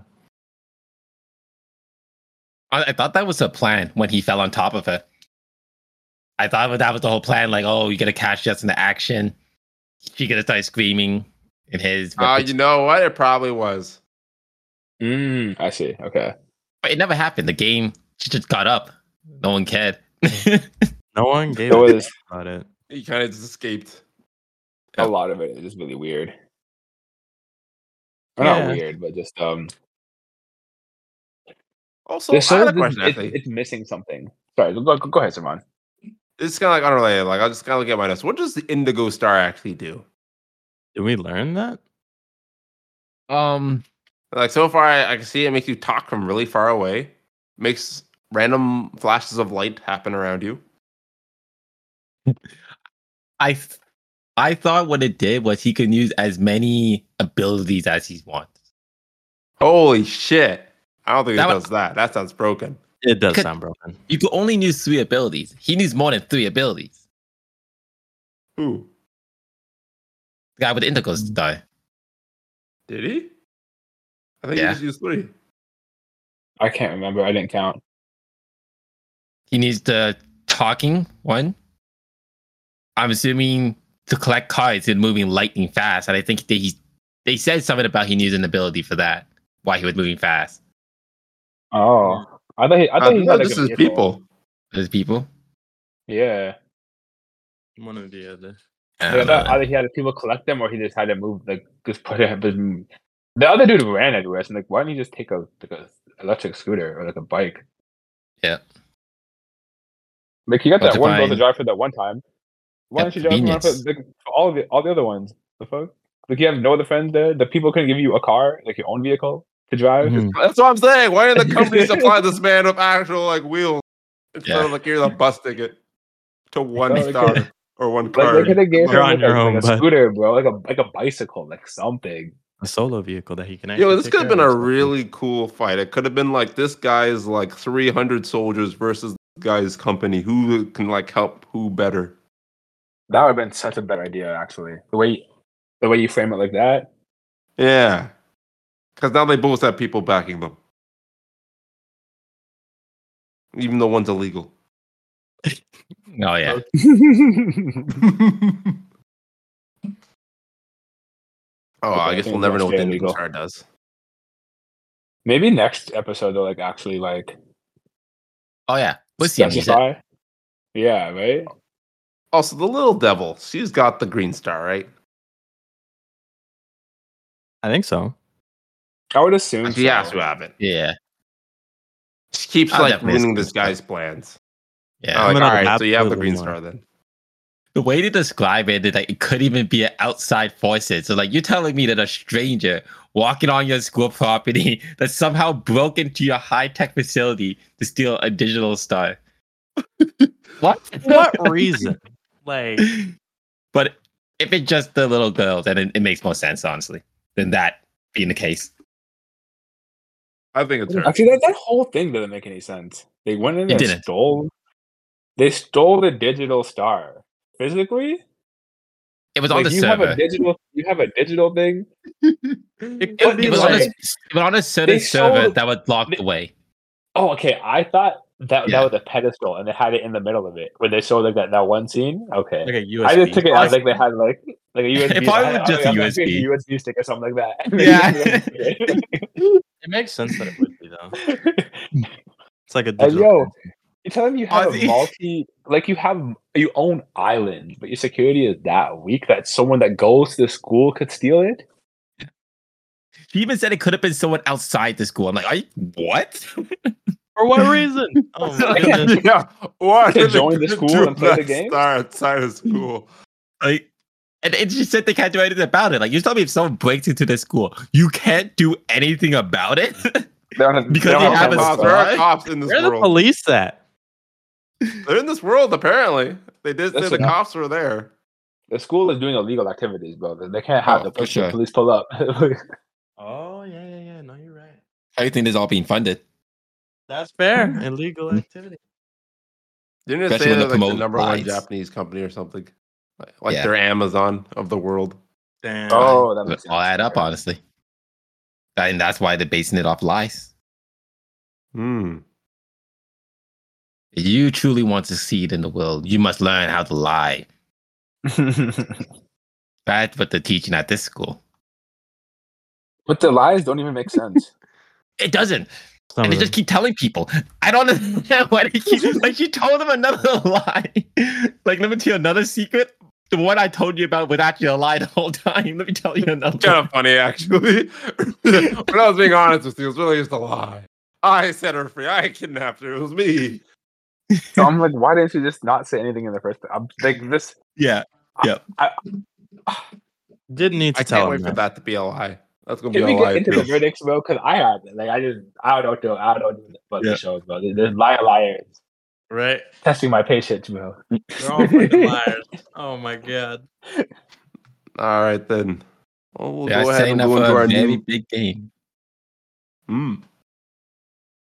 I, I thought that was the plan when he fell on top of her. I thought that was the whole plan. Like, oh, you gotta catch just in the action. She gonna start screaming in his. Uh, you know what? It probably was. Mm, I see. Okay. but it never happened. The game. She just got up. No one cared. No one gave There a was about it. He kind of just escaped. a lot of it is really weird. Or not Yeah. weird, but just um. Also, there's I sort had a of this- question, it's, actually. it's missing something. Sorry, go, go go ahead, Simon. it's kind of like unrelated. Like, I'll just kind of look at my notes. What does the Indigo Star actually do? Did we learn that? um, Like, so far, I, I can see it makes you talk from really far away, makes random flashes of light happen around you. I, th- I thought what it did was he could use as many abilities as he wants. Holy shit. I don't think That it wa- does that. That sounds broken. It does Could- sound broken. You could only use three abilities. He needs more than three abilities. Who? The guy with the indigo star. Did he? I think Yeah. he just used three. I can't remember. I didn't count. He needs the talking one. I'm assuming to collect cards and moving lightning fast. And I think they, they said something about he needs an ability for that, why he was moving fast. Oh, I thought he, I I thought think he had like Uh, this a is vehicle. people. Those people. Yeah, One or the other. I Like, I don't know. thought either he had people collect them or he just had to move like just put it. But the other dude ran everywhere. So I'm like, why didn't he just take a like a electric scooter or like a bike? Yeah. Like he got But that to one girl to find- drive for that one time. Why Yeah, didn't you drive around for, convenience. like, for all the all the other ones? The fuck? Like you have no other friends there. The people couldn't give you a car, like your own vehicle to drive. Mhm. That's what I'm saying. Why didn't the company supply this man with actual like wheels instead Yeah. of like here's a bus ticket to one Oh, okay. star or one Like they card? could have gave You're him on like, your a, own, like a bud. scooter, bro, like a like a bicycle, like something. A solo vehicle that he can actually. Yo, this take could have care been a of himself. really cool fight. It could have been like this guy's like 300 soldiers versus this guy's company. Who can like help who better? That would have been such a better idea, actually. The way the way you frame it like that. Yeah. Because now they both have people backing them. Even though one's illegal. Oh, yeah. Oh, Okay, I I guess think we'll never that's know what the fair, Indigo legal. Star does. Maybe next episode they'll like actually like Oh, yeah. What's the music? specify. Yeah, right. Also, the little devil, she's got the green star, right? I think so. I would assume. She so. has to have it. Yeah. She keeps I'll like definitely ruining see this the star. guy's plans. Yeah. I'm I'm like, another all right, so you have the absolute green one. star then. the way they describe it, that it could even be an outside forces. So, like, you're telling me that a stranger walking on your school property that somehow broke into your high tech facility to steal a digital star. what? What reason? Like, But if it's just the little girl, then it, it makes more sense, honestly, than that being the case. I think it's her. Actually, that, that whole thing doesn't make any sense. They went in It and didn't. stole. They stole the digital star physically. It was on Like, the you server. have a digital. You have a digital thing. it It, could it be was on a, like, it was on a certain They sold- server that was locked they- away. Oh, okay. I thought that Yeah. that was a pedestal, and they had it in the middle of it where they showed like that that one scene. Okay. like a USB. I just took it as like they had like like a USB. Oh, If I I- was I- just a I was thinking USB. USB stick or something like It makes sense that it would be though. that. It's like a and digital. yo, you tell them you I have a think- multi, like you have you own island, but your security is that weak that someone that goes to the school could steal it. He even said it could have been someone outside the school. I'm like, are you, what? For what reason? Oh my goodness. yeah. Why To did they join the give school two and play the black game? Star outside of school. Like, and it just said they can't do anything about it. Like, you tell me if someone breaks into the school, you can't do anything about it. They don't have, Because don't they There have are a cops- weapons, there star? are cops in this Where the world. police at? They're in this world, apparently. They did say That's the enough. cops were there. The school is doing illegal activities, brother. They can't have Oh, the for police, the sure. police pull up. Oh yeah, yeah, yeah. No, you're right. How do you think this is all being funded? Oh. That's fair. Illegal activity. Didn't it Especially say when they're like they the promote number lines. one Japanese company or something? Like, like Yeah. they're Amazon of the world. Damn. Oh, that But makes all sense. add up, honestly. And that's why they're basing it off lies. Hmm. If you truly want to succeed in the world, you must learn how to lie. That's what they're teaching at this school. but the lies don't even make sense. It doesn't. Some and they of just them. keep telling people. I don't understand why they keep like you told them another lie. like let me tell you another secret. The one I told you about was actually a lie the whole time. Let me tell you another. Kind of funny, actually. when I was being honest with you, it was really just a lie. I set her free. I kidnapped her. It was me. So I'm like, why didn't you just not say anything in the first place? I'm like this. Yeah. didn't need to I tell can't him. wait for that that. to be a lie. That's gonna be Can a we lie. get into too. the verdicts, bro? Because I have it. Like I just I don't do I don't do but Yeah. the shows, bro. There's, there's liar liars Right? testing my patience, bro. They're all fucking liars. Oh my god. All right then. Well, we'll We are go ahead setting and up go into for our a very new. big game. Mm.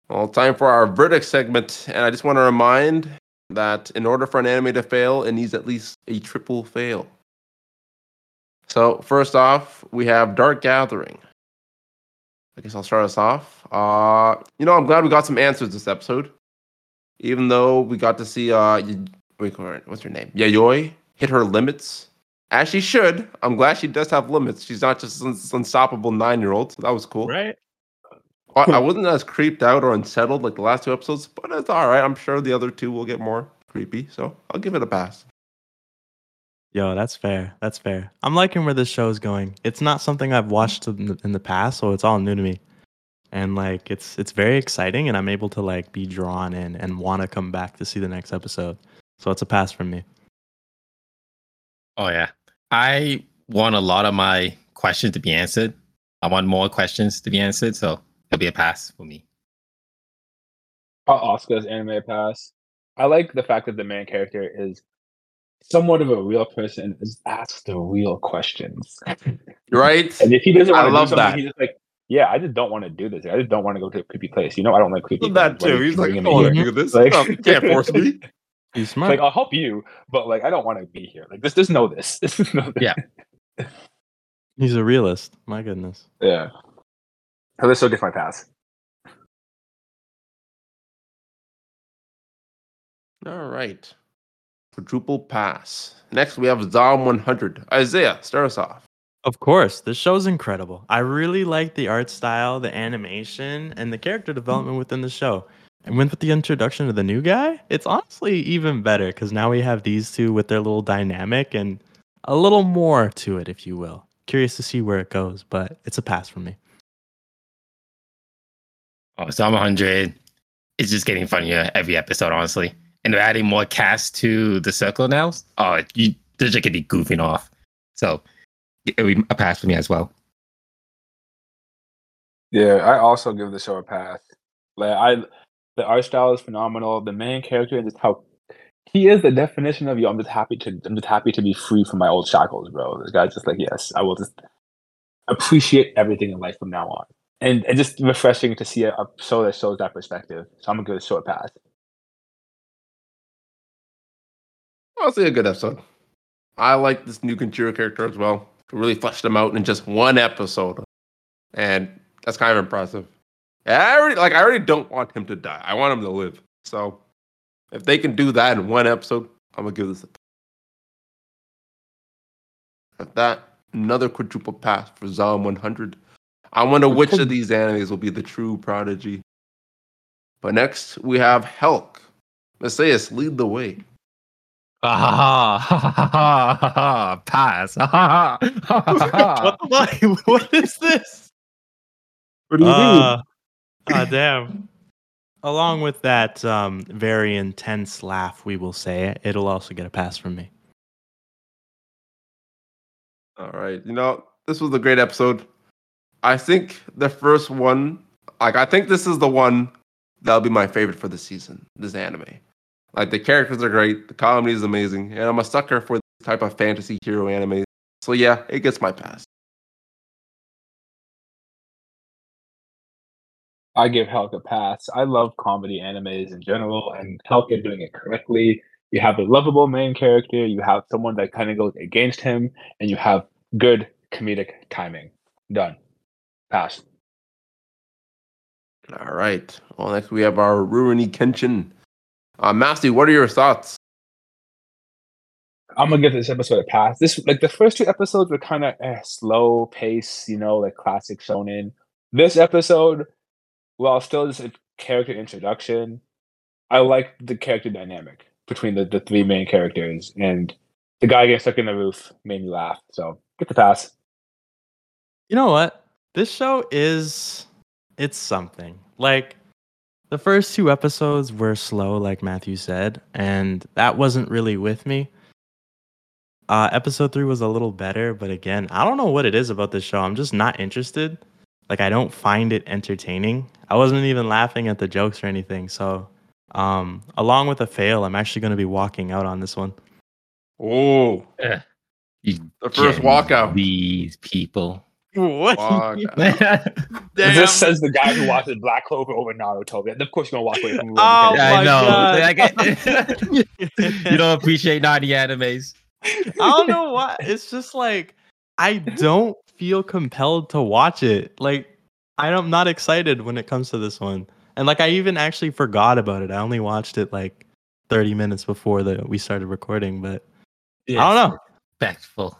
Well, time for our verdict segment, and I just want to remind that in order for an anime to fail, it needs at least a triple fail. So first off, we have Dark Gathering. I guess I'll start us off. Uh, you know, I'm glad we got some answers this episode, even though we got to see uh, y- wait, correct, what's her name? Yayoi hit her limits, as she should. I'm glad she does have limits. She's not just an unstoppable nine-year-old. So that was cool. Right? I, Hmm. I wasn't as creeped out or unsettled like the last two episodes, but it's all right. I'm sure the other two will get more creepy, so I'll give it a pass. Yo, that's fair. That's fair. I'm liking where this show is going. It's not something I've watched in the, in the past, so it's all new to me. And like it's it's very exciting and I'm able to like be drawn in and want to come back to see the next episode. So it's a pass from me. Oh yeah. I want a lot of my questions to be answered. I want more questions to be answered, so it'll be a pass for me. Paul Oscar's anime pass. I like the fact that the main character is somewhat of a real person and just asks the real questions. Right? And if he doesn't I want to love do something, that. he's just like, yeah, I just don't want to do this. I just don't want to go to a creepy place. You know, I don't like creepy. That places. too. Why do you He's keep like, I bringing don't me want here?" to do this. Like- no, you can't force me. You It's smart. Like, I'll help you, but like, I don't want to be here. Like, this, just know this. Just know this. Yeah. He's a realist. My goodness. Yeah. So this still gets my pass. All right. Quadruple pass. Next, we have Zom 100. Isaiah, start us off. Of course, this show's incredible. I really like the art style, the animation, and the character development within the show. And with the introduction of the new guy, it's honestly even better because now we have these two with their little dynamic and a little more to it, if you will. Curious to see where it goes, but it's a pass for me. Oh, so I'm 100. It's just getting funnier every episode, honestly. And they're adding more cast to the circle now. Oh, you, they're just gonna be goofing off. So it'll be a pass for me as well. Yeah, I also give the show a pass. Like, I, the art style is phenomenal. The main character and just how he is the definition of yo. I'm just happy to. I'm just happy to be free from my old shackles, bro. This guy's just like, yes, I will just appreciate everything in life from now on. And it's just refreshing to see a, a show that shows that perspective. So I'm gonna give the show a pass. Honestly, a good episode. I like this new Conjuro character as well. Really fleshed him out in just one episode, and that's kind of impressive. And I already like I already don't want him to die. I want him to live. So if they can do that in one episode, I'm gonna give this. a At that, another quadruple pass for Zom 100. I wonder which of these animes will be the true prodigy. But next we have Helk. Messias, lead the way. Ah, ha, ha, ha, ha, ha, ha, pass. Ah, ha, ha, ha, ha, ha, what the fuck? What is this? What Ah, ah, damn. Along with that um, very intense laugh, we will say, it'll also get a pass from me. All right. You know, this was a great episode. I think the first one, like, I think this is the one that'll be my favorite for the season, this anime. Like, the characters are great, the comedy is amazing, and I'm a sucker for this type of fantasy hero anime. So, yeah, it gets my pass. I give Helk a pass. I love comedy animes in general, and Helk is doing it correctly. You have a lovable main character, you have someone that kind of goes against him, and you have good comedic timing. Done. Pass. All right. Well, next we have our Rurouni Kenshin. Uh, Masty, what are your thoughts? I'm gonna give this episode a pass. This like the first two episodes were kind of eh, slow pace, you know, like classic shonen. This episode, while still just a character introduction, I like the character dynamic between the, the three main characters, and the guy getting stuck in the roof made me laugh. So get the pass. You know what? This show is it's something. Like the first two episodes were slow, like Matthew said, and that wasn't really with me. Uh, episode three was a little better, but again, I don't know what it is about this show. I'm just not interested. Like, I don't find it entertaining. I wasn't even laughing at the jokes or anything. So, um, along with a fail, I'm actually going to be walking out on this one. Oh, You the first Gen walkout. These people. What? Walkout. This says the guy who watches Black Clover over Naruto. Then Of course, you're gonna walk away from. Rurouni Oh, Kenshin. I my know. God. Like, I- you don't appreciate naughty animes. I don't know why. It's just like I don't feel compelled to watch it. Like I'm not excited when it comes to this one. And like I even actually forgot about it. I only watched it like 30 minutes before the we started recording, but I don't know. Respectful.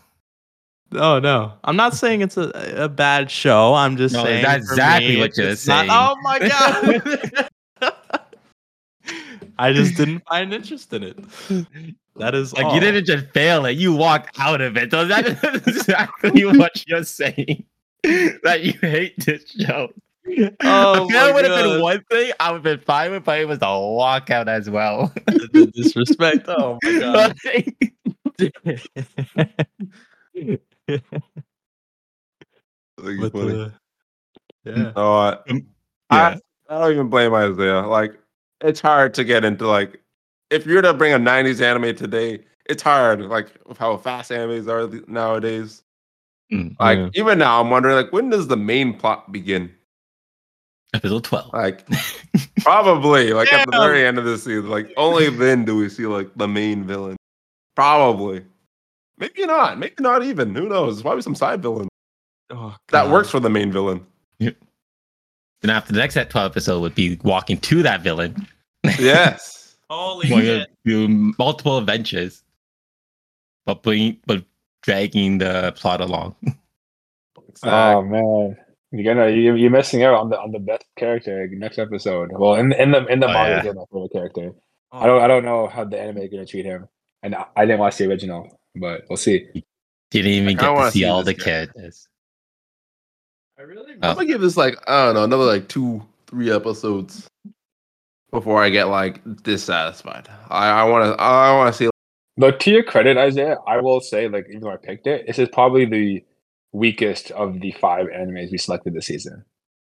Oh no. I'm not saying it's a, a bad show. I'm just No, saying that's for exactly what it's you're just not- saying. oh my god. I just didn't find interest in it. That is Like all. you didn't just fail it; you walked out of it. So that is exactly what you're saying. That you hate this show. Oh a fail my would have God. been one thing. I would have been fine with, but it was a walkout as well. The- the disrespect. Oh my god. Like, funny. yeah. No, I, Um, I, I don't even blame Isaiah. Like, it's hard to get into like, if you're to bring a '90s anime today, it's hard. Like, with how fast animes are th- nowadays. Mm. Like, Yeah. even now, I'm wondering like, when does the main plot begin? Episode twelve. Like, probably like at the very end of the season. Like, only then do we see like the main villain. Probably. Maybe not. Maybe not even. Who knows? Probably some side villain Oh, that God. works for the main villain. Then after the next twelve episode would be walking to that villain. Yes. Holy Going shit. through multiple adventures, but bring, but dragging the plot along. Exactly. Oh man, you're gonna you, you're missing out on the on the best character next episode. Well, in in the in the Oh, manga, yeah. he's my favorite character. Oh. I don't I don't know how the anime is gonna treat him, and I, I didn't watch the original, but we'll see. Didn't I even kinda get to wanna see, see all the this guy. characters. I really Oh. I'm gonna give this like I don't know another like two three episodes before I get like dissatisfied. I I want to I want to see But to your credit, Isaiah, I will say like even though I picked it, this is probably the weakest of the five animes we selected this season.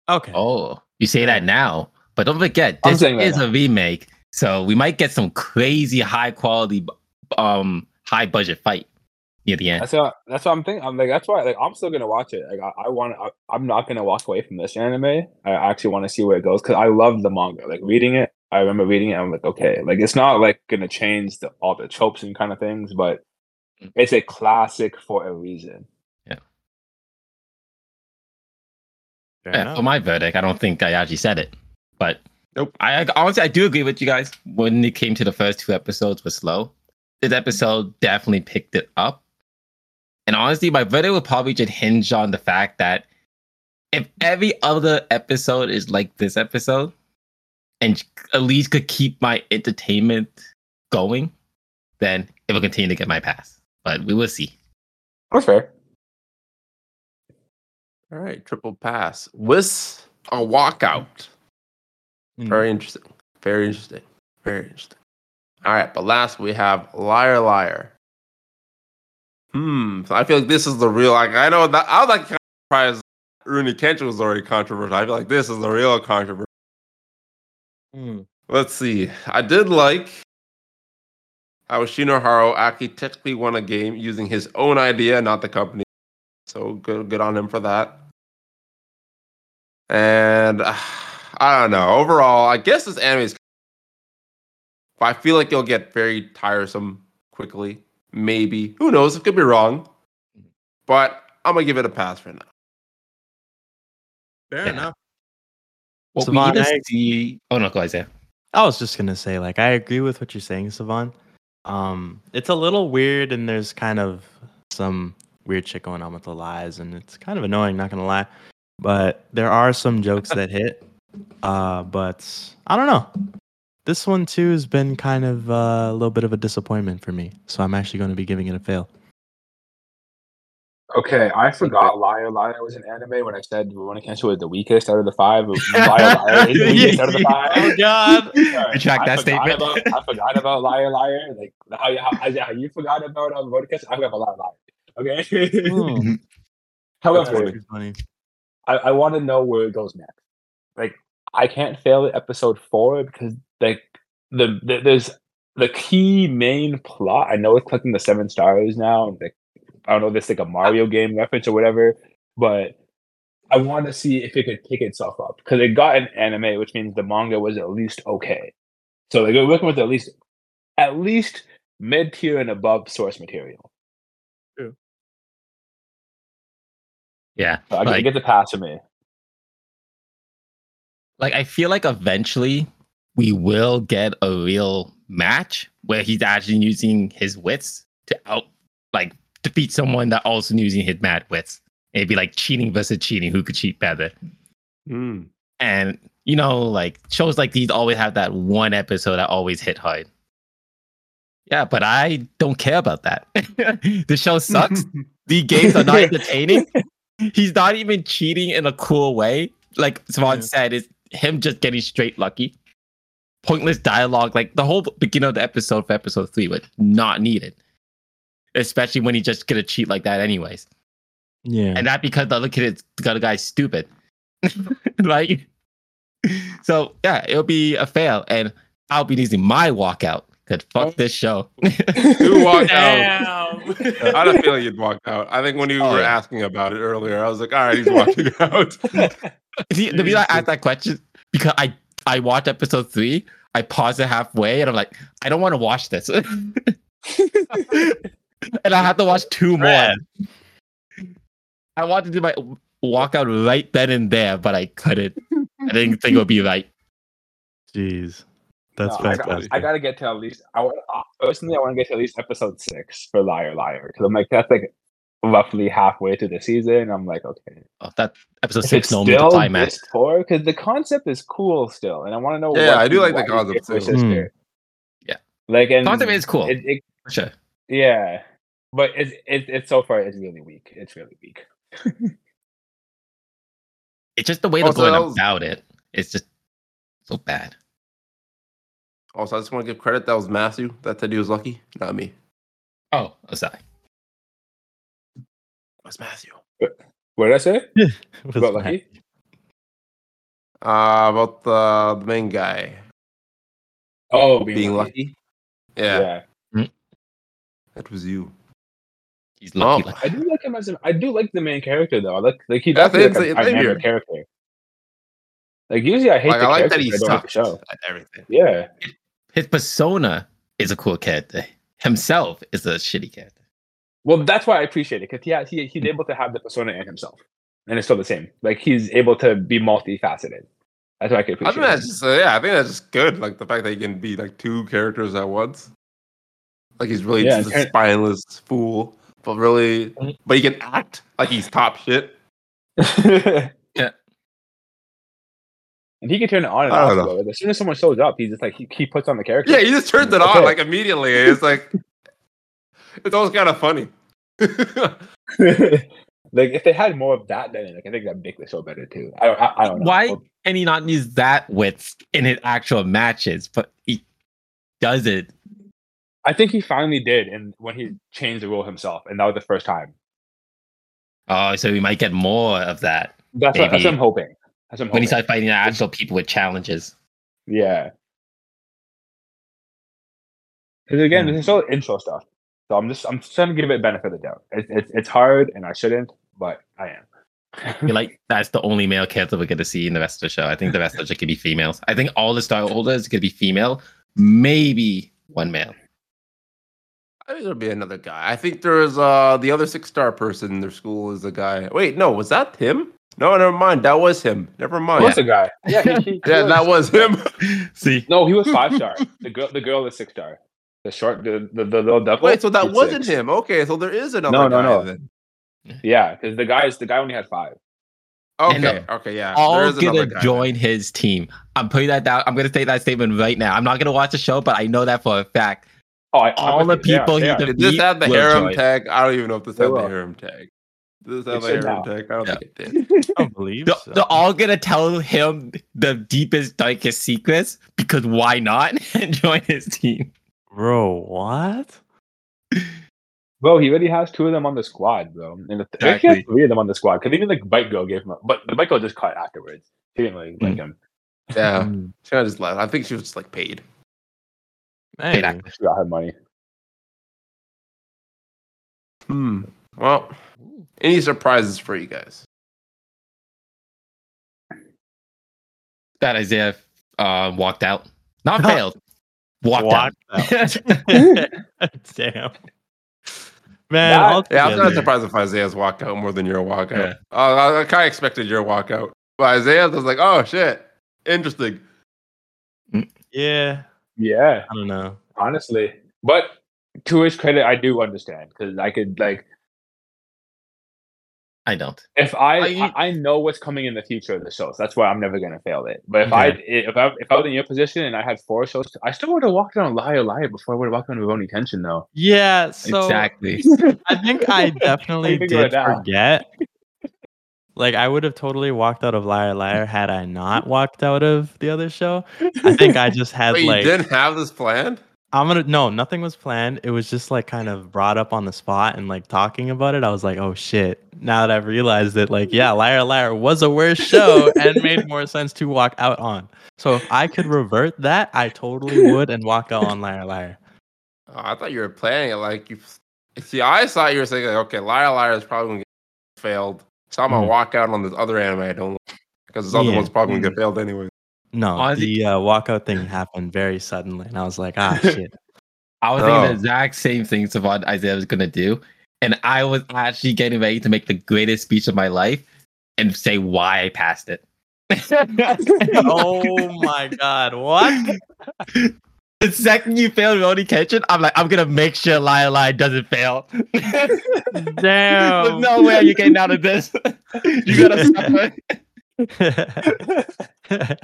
Okay. Oh, you say that now, but don't forget I'm this saying that is now. a remake, so we might get some crazy high quality, um, high budget fight near the end. That's what that's what I'm thinking. I'm like that's why like I'm still gonna watch it. Like I, I want I, I'm not gonna walk away from this anime. I actually want to see where it goes because I love the manga. Like reading it, I remember reading it. I'm like okay, like it's not like gonna change the, all the tropes and kind of things, but Mm. it's a classic for a reason. Fair Yeah, enough. for my verdict, I don't think I actually said it, but Nope. I I- honestly I do agree with you guys. When it came to the first two episodes, were slow. This episode definitely picked it up, and honestly, my verdict would probably just hinge on the fact that if every other episode is like this episode, and at least could keep my entertainment going, then it will continue to get my pass. But we will see. That's fair. all right triple pass with a walkout. Mm. Very interesting. Very interesting. Very interesting. All right, but last we have liar liar. Hmm. So I feel like this is the real. Like I know that I was like kind of surprised. Rooney Kenshin was already controversial. I feel like this is the real controversy. Hmm. Mm. Let's see. I did like how Shinoharo Aki technically won a game using his own idea, not the company. So good, good on him for that. And uh, I don't know. Overall, I guess this anime is. But I feel like you'll get very tiresome quickly. Maybe who knows? It could be wrong. But I'm gonna give it a pass for now. Fair Yeah. enough. What Savant, we either I- see. Oh no, go Isaiah. I was just gonna say, like, I agree with what you're saying, Savan. Um, it's a little weird, and there's kind of some weird shit going on with the lies, and it's kind of annoying, not gonna lie. But there are some jokes that hit. Uh, but I don't know. This one too has been kind of uh, a little bit of a disappointment for me, so I'm actually going to be giving it a fail. Okay, I forgot Liar Liar was an anime when I said Rurouni Kenshin was the weakest out of the five. Liar Liar is the weakest out of the five. God! Sorry, Retract forgot that statement. about- I forgot about Liar Liar. Like how, how, how, how you forgot about um, Rurouni Kenshin, I forgot about Liar Liar. Okay. Hmm. that's However, pretty funny. I, I want to know where it goes next. Like I can't fail at episode four because like the, the there's the key main plot. I know it's clicking the seven stars now. and, Like I don't know if it's like a Mario game reference or whatever, but I want to see if it could pick itself up because it got an anime, which means the manga was at least okay. So like we're working with at least at least mid tier and above source material. Yeah. So I, I Like- get the pass from me. like I feel like eventually we will get a real match where he's actually using his wits to out like defeat someone that also using his mad wits. It'd be like cheating versus cheating, who could cheat better. Hmm. And you know, like shows like these always have that one episode that always hit hard. Yeah, but I don't care about that. the show sucks. the games are not entertaining. He's not even cheating in a cool way. Like Savant Yeah. said, it's him just getting straight lucky. Pointless dialogue. Like the whole beginning of the episode for episode three was not needed. Especially when he just gonna cheat like that anyways. Yeah. And that because the other kid is the other guy's stupid. like so yeah, it'll be a fail. And I'll be using my walkout. Cause fuck this show. You walked out. I Damn. had a feeling you'd walked out. I think when you Oh, were yeah. asking about it earlier, I was like, all right, he's walking out. See, the reason I asked that question because I I watched episode three. I paused it halfway, and I'm like, I don't want to watch this, and I have to watch two more. I wanted to do my walkout right then and there, but I couldn't. I didn't think it would be right. Jeez, that's No, I got- fantastic. fantastic. I, gotta get to at least. I want uh, personally, I want to get to at least episode six for Liar Liar because I'm like that's like roughly halfway through the season. I'm like, okay, Oh, that episode If six, it's no the climax. this poor because the concept is cool still, and I want to know. Yeah, what I do he- like the why he concept picked her too. sister. Hmm. Yeah. like and Concept is cool. It, it, for sure. yeah, but it's it, it's so far it's really weak. It's really weak. It's just the way they're Also, that going was- about it. It's just so bad. Also, I just want to give credit. That was Matthew. That said he was lucky, not me. Oh, oh sorry. It was Matthew. What did I say? Was About mad. Lucky? Uh, about the, the main guy Oh, being, being lucky. lucky. Yeah. Yeah, that was you. He's lucky. Oh. lucky. I do like him as an, I do like the main character though. I like like he Yeah, does like it's- a it's easier. dynamic character. Like usually I hate Like, the I like character. that he I don't like sucked the show. at everything. Yeah. His persona is a cool character. Himself is a shitty character. Well, that's why I appreciate it because he, has- he he's able to have the persona and himself, and it's still the same. Like he's able to be multifaceted. That's why I can I appreciate. think that's it. just uh, yeah. I think that's just good. Like the fact that he can be like two characters at once. Like he's really Yeah, just a and- spineless fool, but really, Mhm. but he can act like he's top shit. Yeah. And he can turn it on and I off. don't know. though. Like, as soon as someone shows up, he's just like he, he puts on the character. Yeah, he just turns it That's on it. like immediately. It's like it's always kind of funny. like if they had more of that dynamic, I think that'd make the show better too. I don't. I, I don't know. Why can he not use that with in his actual matches? But he does it. I think he finally did, and when he changed the rule himself, and that was the first time. Oh, so we might get more of that That's what, that's Maybe. what I'm hoping. That's what I'm when hoping. he starts fighting the actual people with challenges. yeah. Because again, Hmm. this is all intro stuff, so I'm just I'm just trying to give it benefit of the doubt. It's it's, it's hard, and I shouldn't, but I am. feel like that's the only male character we're going to see in the rest of the show. I think the rest of it could be females. I think all the Star Holders is going to be female, maybe one male. I think there'll be another guy. I think there is uh the other six star person in their school is a guy. Wait, no, was that him? No, never mind. That was him. Never mind. "Oh, What's the guy? Yeah, 'cause she- Yeah, that was him. See, No, he was five star. The girl, the girl is six star. The short, the the, the little duckling. Wait, so that is wasn't six. him. Okay, so there is another No, guy no, no. then. Yeah, because the guy is the guy only had five. And Okay, okay, yeah. there all is another gonna guy. join his team. I'm putting that down. I'm gonna take that statement right now. I'm not gonna watch the show, but I know that for a fact. Oh, I, All the people he Did this defeats have the will harem join. tag? I don't even know if this They had the will. harem tag. Did this It have the should harem not. tag? I don't Yeah. think it did. I don't believe They're, so. they're all gonna tell him the deepest, darkest secrets because why not? And join his team. Bro, what? bro, he already has two of them on the squad, bro. And the th- actually, he has three of them on the squad because even like bike girl gave him, up. but the bike girl just caught afterwards. She didn't really like him. Yeah, Mm, she kinda just left. I think she was just like paid. maybe. actor. She got her money. Hmm. Well, any surprises for you guys? That Isaiah uh, walked out. Not failed. Walked out. Damn. Man, That- Yeah, I'm not altogether- surprised if Isaiah's walkout more than your walkout. Yeah. Uh, I, I kind of expected your walkout, but Isaiah was like, "Oh shit, interesting." Yeah, Yeah, I don't know. honestly. But to his credit, I do understand because I could like I don't. if I, Are I you- I know what's coming in the future of the shows. That's why I'm never gonna fail it. But if I if I if I was in your position and I had four shows, I still would have walked on Liar Liar before I would have walked on Revoni Tension though. Yeah, so exactly. I think I definitely Figure it did out. forget. Like I would have totally walked out of Liar Liar had I not walked out of the other show. I think I just had Wait, like you didn't have this planned? I'm gonna no, nothing was planned. It was just like kind of brought up on the spot and like talking about it. I was like, oh shit. Now that I've realized that, like, yeah, Liar Liar was a worse show and made more sense to walk out on. So if I could revert that, I totally would and walk out on Liar Liar. Oh, I thought you were planning it. Like you, see, I thought you were saying, like, "Okay, Liar Liar is probably going to get failed." So I'm gonna Mhm. walk out on this other anime I don't like because this other Yeah. one's probably gonna get failed anyway. No, I thi- the uh, walkout thing happened very suddenly, and I was like, ah shit. I was thinking No. the exact same thing Savant Isaiah was gonna do, and I was actually getting ready to make the greatest speech of my life and say why I passed it. oh my god, what? The second you fail Roni Kenshin, I'm like, I'm gonna make sure Lion Lion doesn't fail. There's Damn. no way you're getting out of this. you gotta suffer.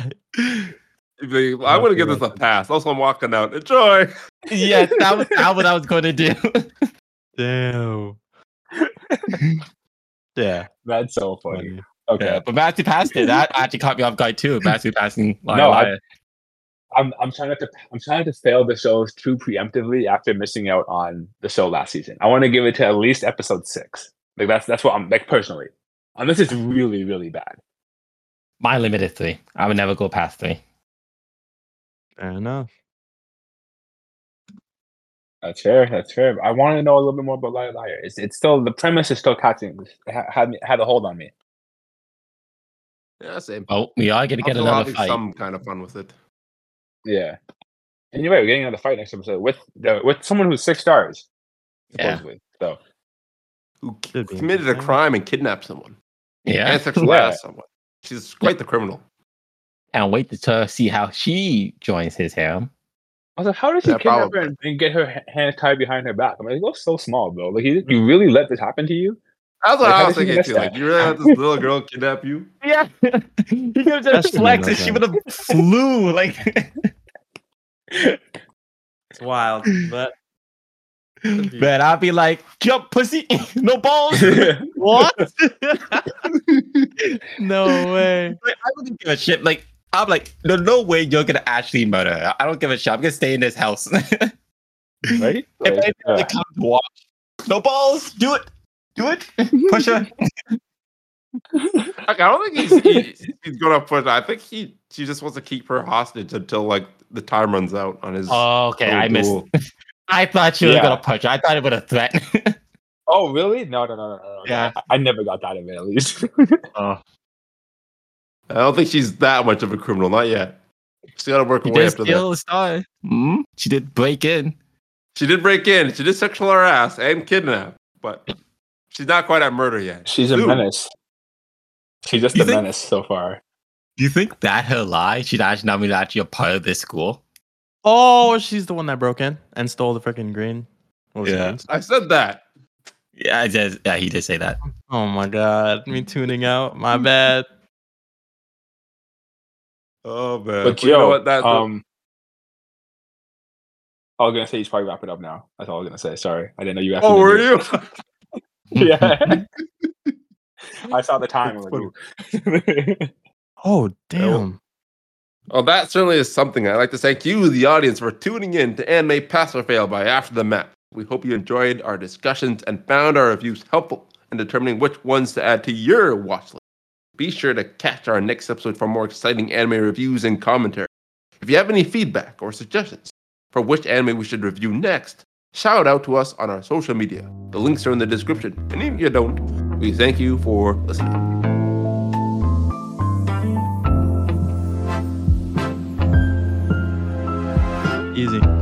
You'd be like, I'm gonna give this a pass. Also, I'm walking out. Enjoy. yes, that was that what I was gonna do. Damn. yeah. That's so funny. funny. Okay. Yeah, but Matthew passed it. That actually caught me off guard too. Matthew passing Lion No, I- Lion. I'm I'm trying not to I'm trying not to fail the shows too preemptively after missing out on the show last season. I want to give it to at least episode six. Like that's that's what I'm like personally. Unless it's really really bad. My limit is three. I would never go past three. Fair enough. That's fair. That's fair. I want to know a little bit more about Liar Liar. It's it's still the premise is still catching ha- had me, had a hold on me. Yeah, same. Oh, we are gonna I'm get still another having fight. some kind of fun with it. Yeah. And you're right. We're getting another fight next episode with the, with someone who's six stars. Yeah. Supposedly. So Who k- Should be committed a interesting. crime and kidnapped someone Yeah. and sexually Yeah. harassed someone? She's quite the criminal. And wait to tell- see how she joins his harem. I was like, how does he Yeah, kidnap her probably. and, and get her ha- hands tied behind her back? I'm like, that's so small, bro. Like, you, you really let this happen to you? That's what Like, I how was did she thinking miss too. that? Like, you really let this little girl kidnap you? Yeah. he could have That's the flex and she would have flew. Like It's wild, but man, I'd be like, jump pussy, no balls. what? no way. Like, I wouldn't give a shit. Like I'm like, no, no way you're gonna actually murder her. I don't give a shit. I'm gonna stay in this house. if right? anything uh, comes to watch, no balls, do it. Do it. Push her. Like, I don't think he's, he, he's gonna push. I think he she just wants to keep her hostage until like the time runs out on his. Oh, okay, little I missed. duel. I thought you were Yeah. gonna punch her. I thought it was a threat. Oh, really? No, no, no, no, no. no. Yeah. I, I never got that of it, at least. Uh-huh. Oh, I don't think she's that much of a criminal, not yet. She's got to work her She way did after steal that. a star. Mm? She did break in. She did break in. She did sexual harass and kidnap, but she's not quite at murder yet. She's a Dude. menace. She's just You a think- menace so far. Do you think that her lie? She actually not actually a part of this school. oh, she's the one that broke in and stole the freaking green. What was it, Yeah. green? I said that. Yeah, I did. Yeah, he did say that. Oh my god, me tuning out. My bad. Oh man. But you yo, know what? That, um, I was gonna say he's probably wrapping up now. That's all I was gonna say. Sorry, I didn't know you. oh, actually were knew. you? yeah. I saw the time. I was like, "Ooh." Oh well- damn. Well, that certainly is something. I'd like to thank you, the audience, for tuning in to Anime Pass or Fail by After the Map. We hope you enjoyed our discussions and found our reviews helpful in determining which ones to add to your watch list. Be sure to catch our next episode for more exciting anime reviews and commentary. If you have any feedback or suggestions for which anime we should review next, shout out to us on our social media. The links are in the description. And if you don't, we thank you for listening. Easy.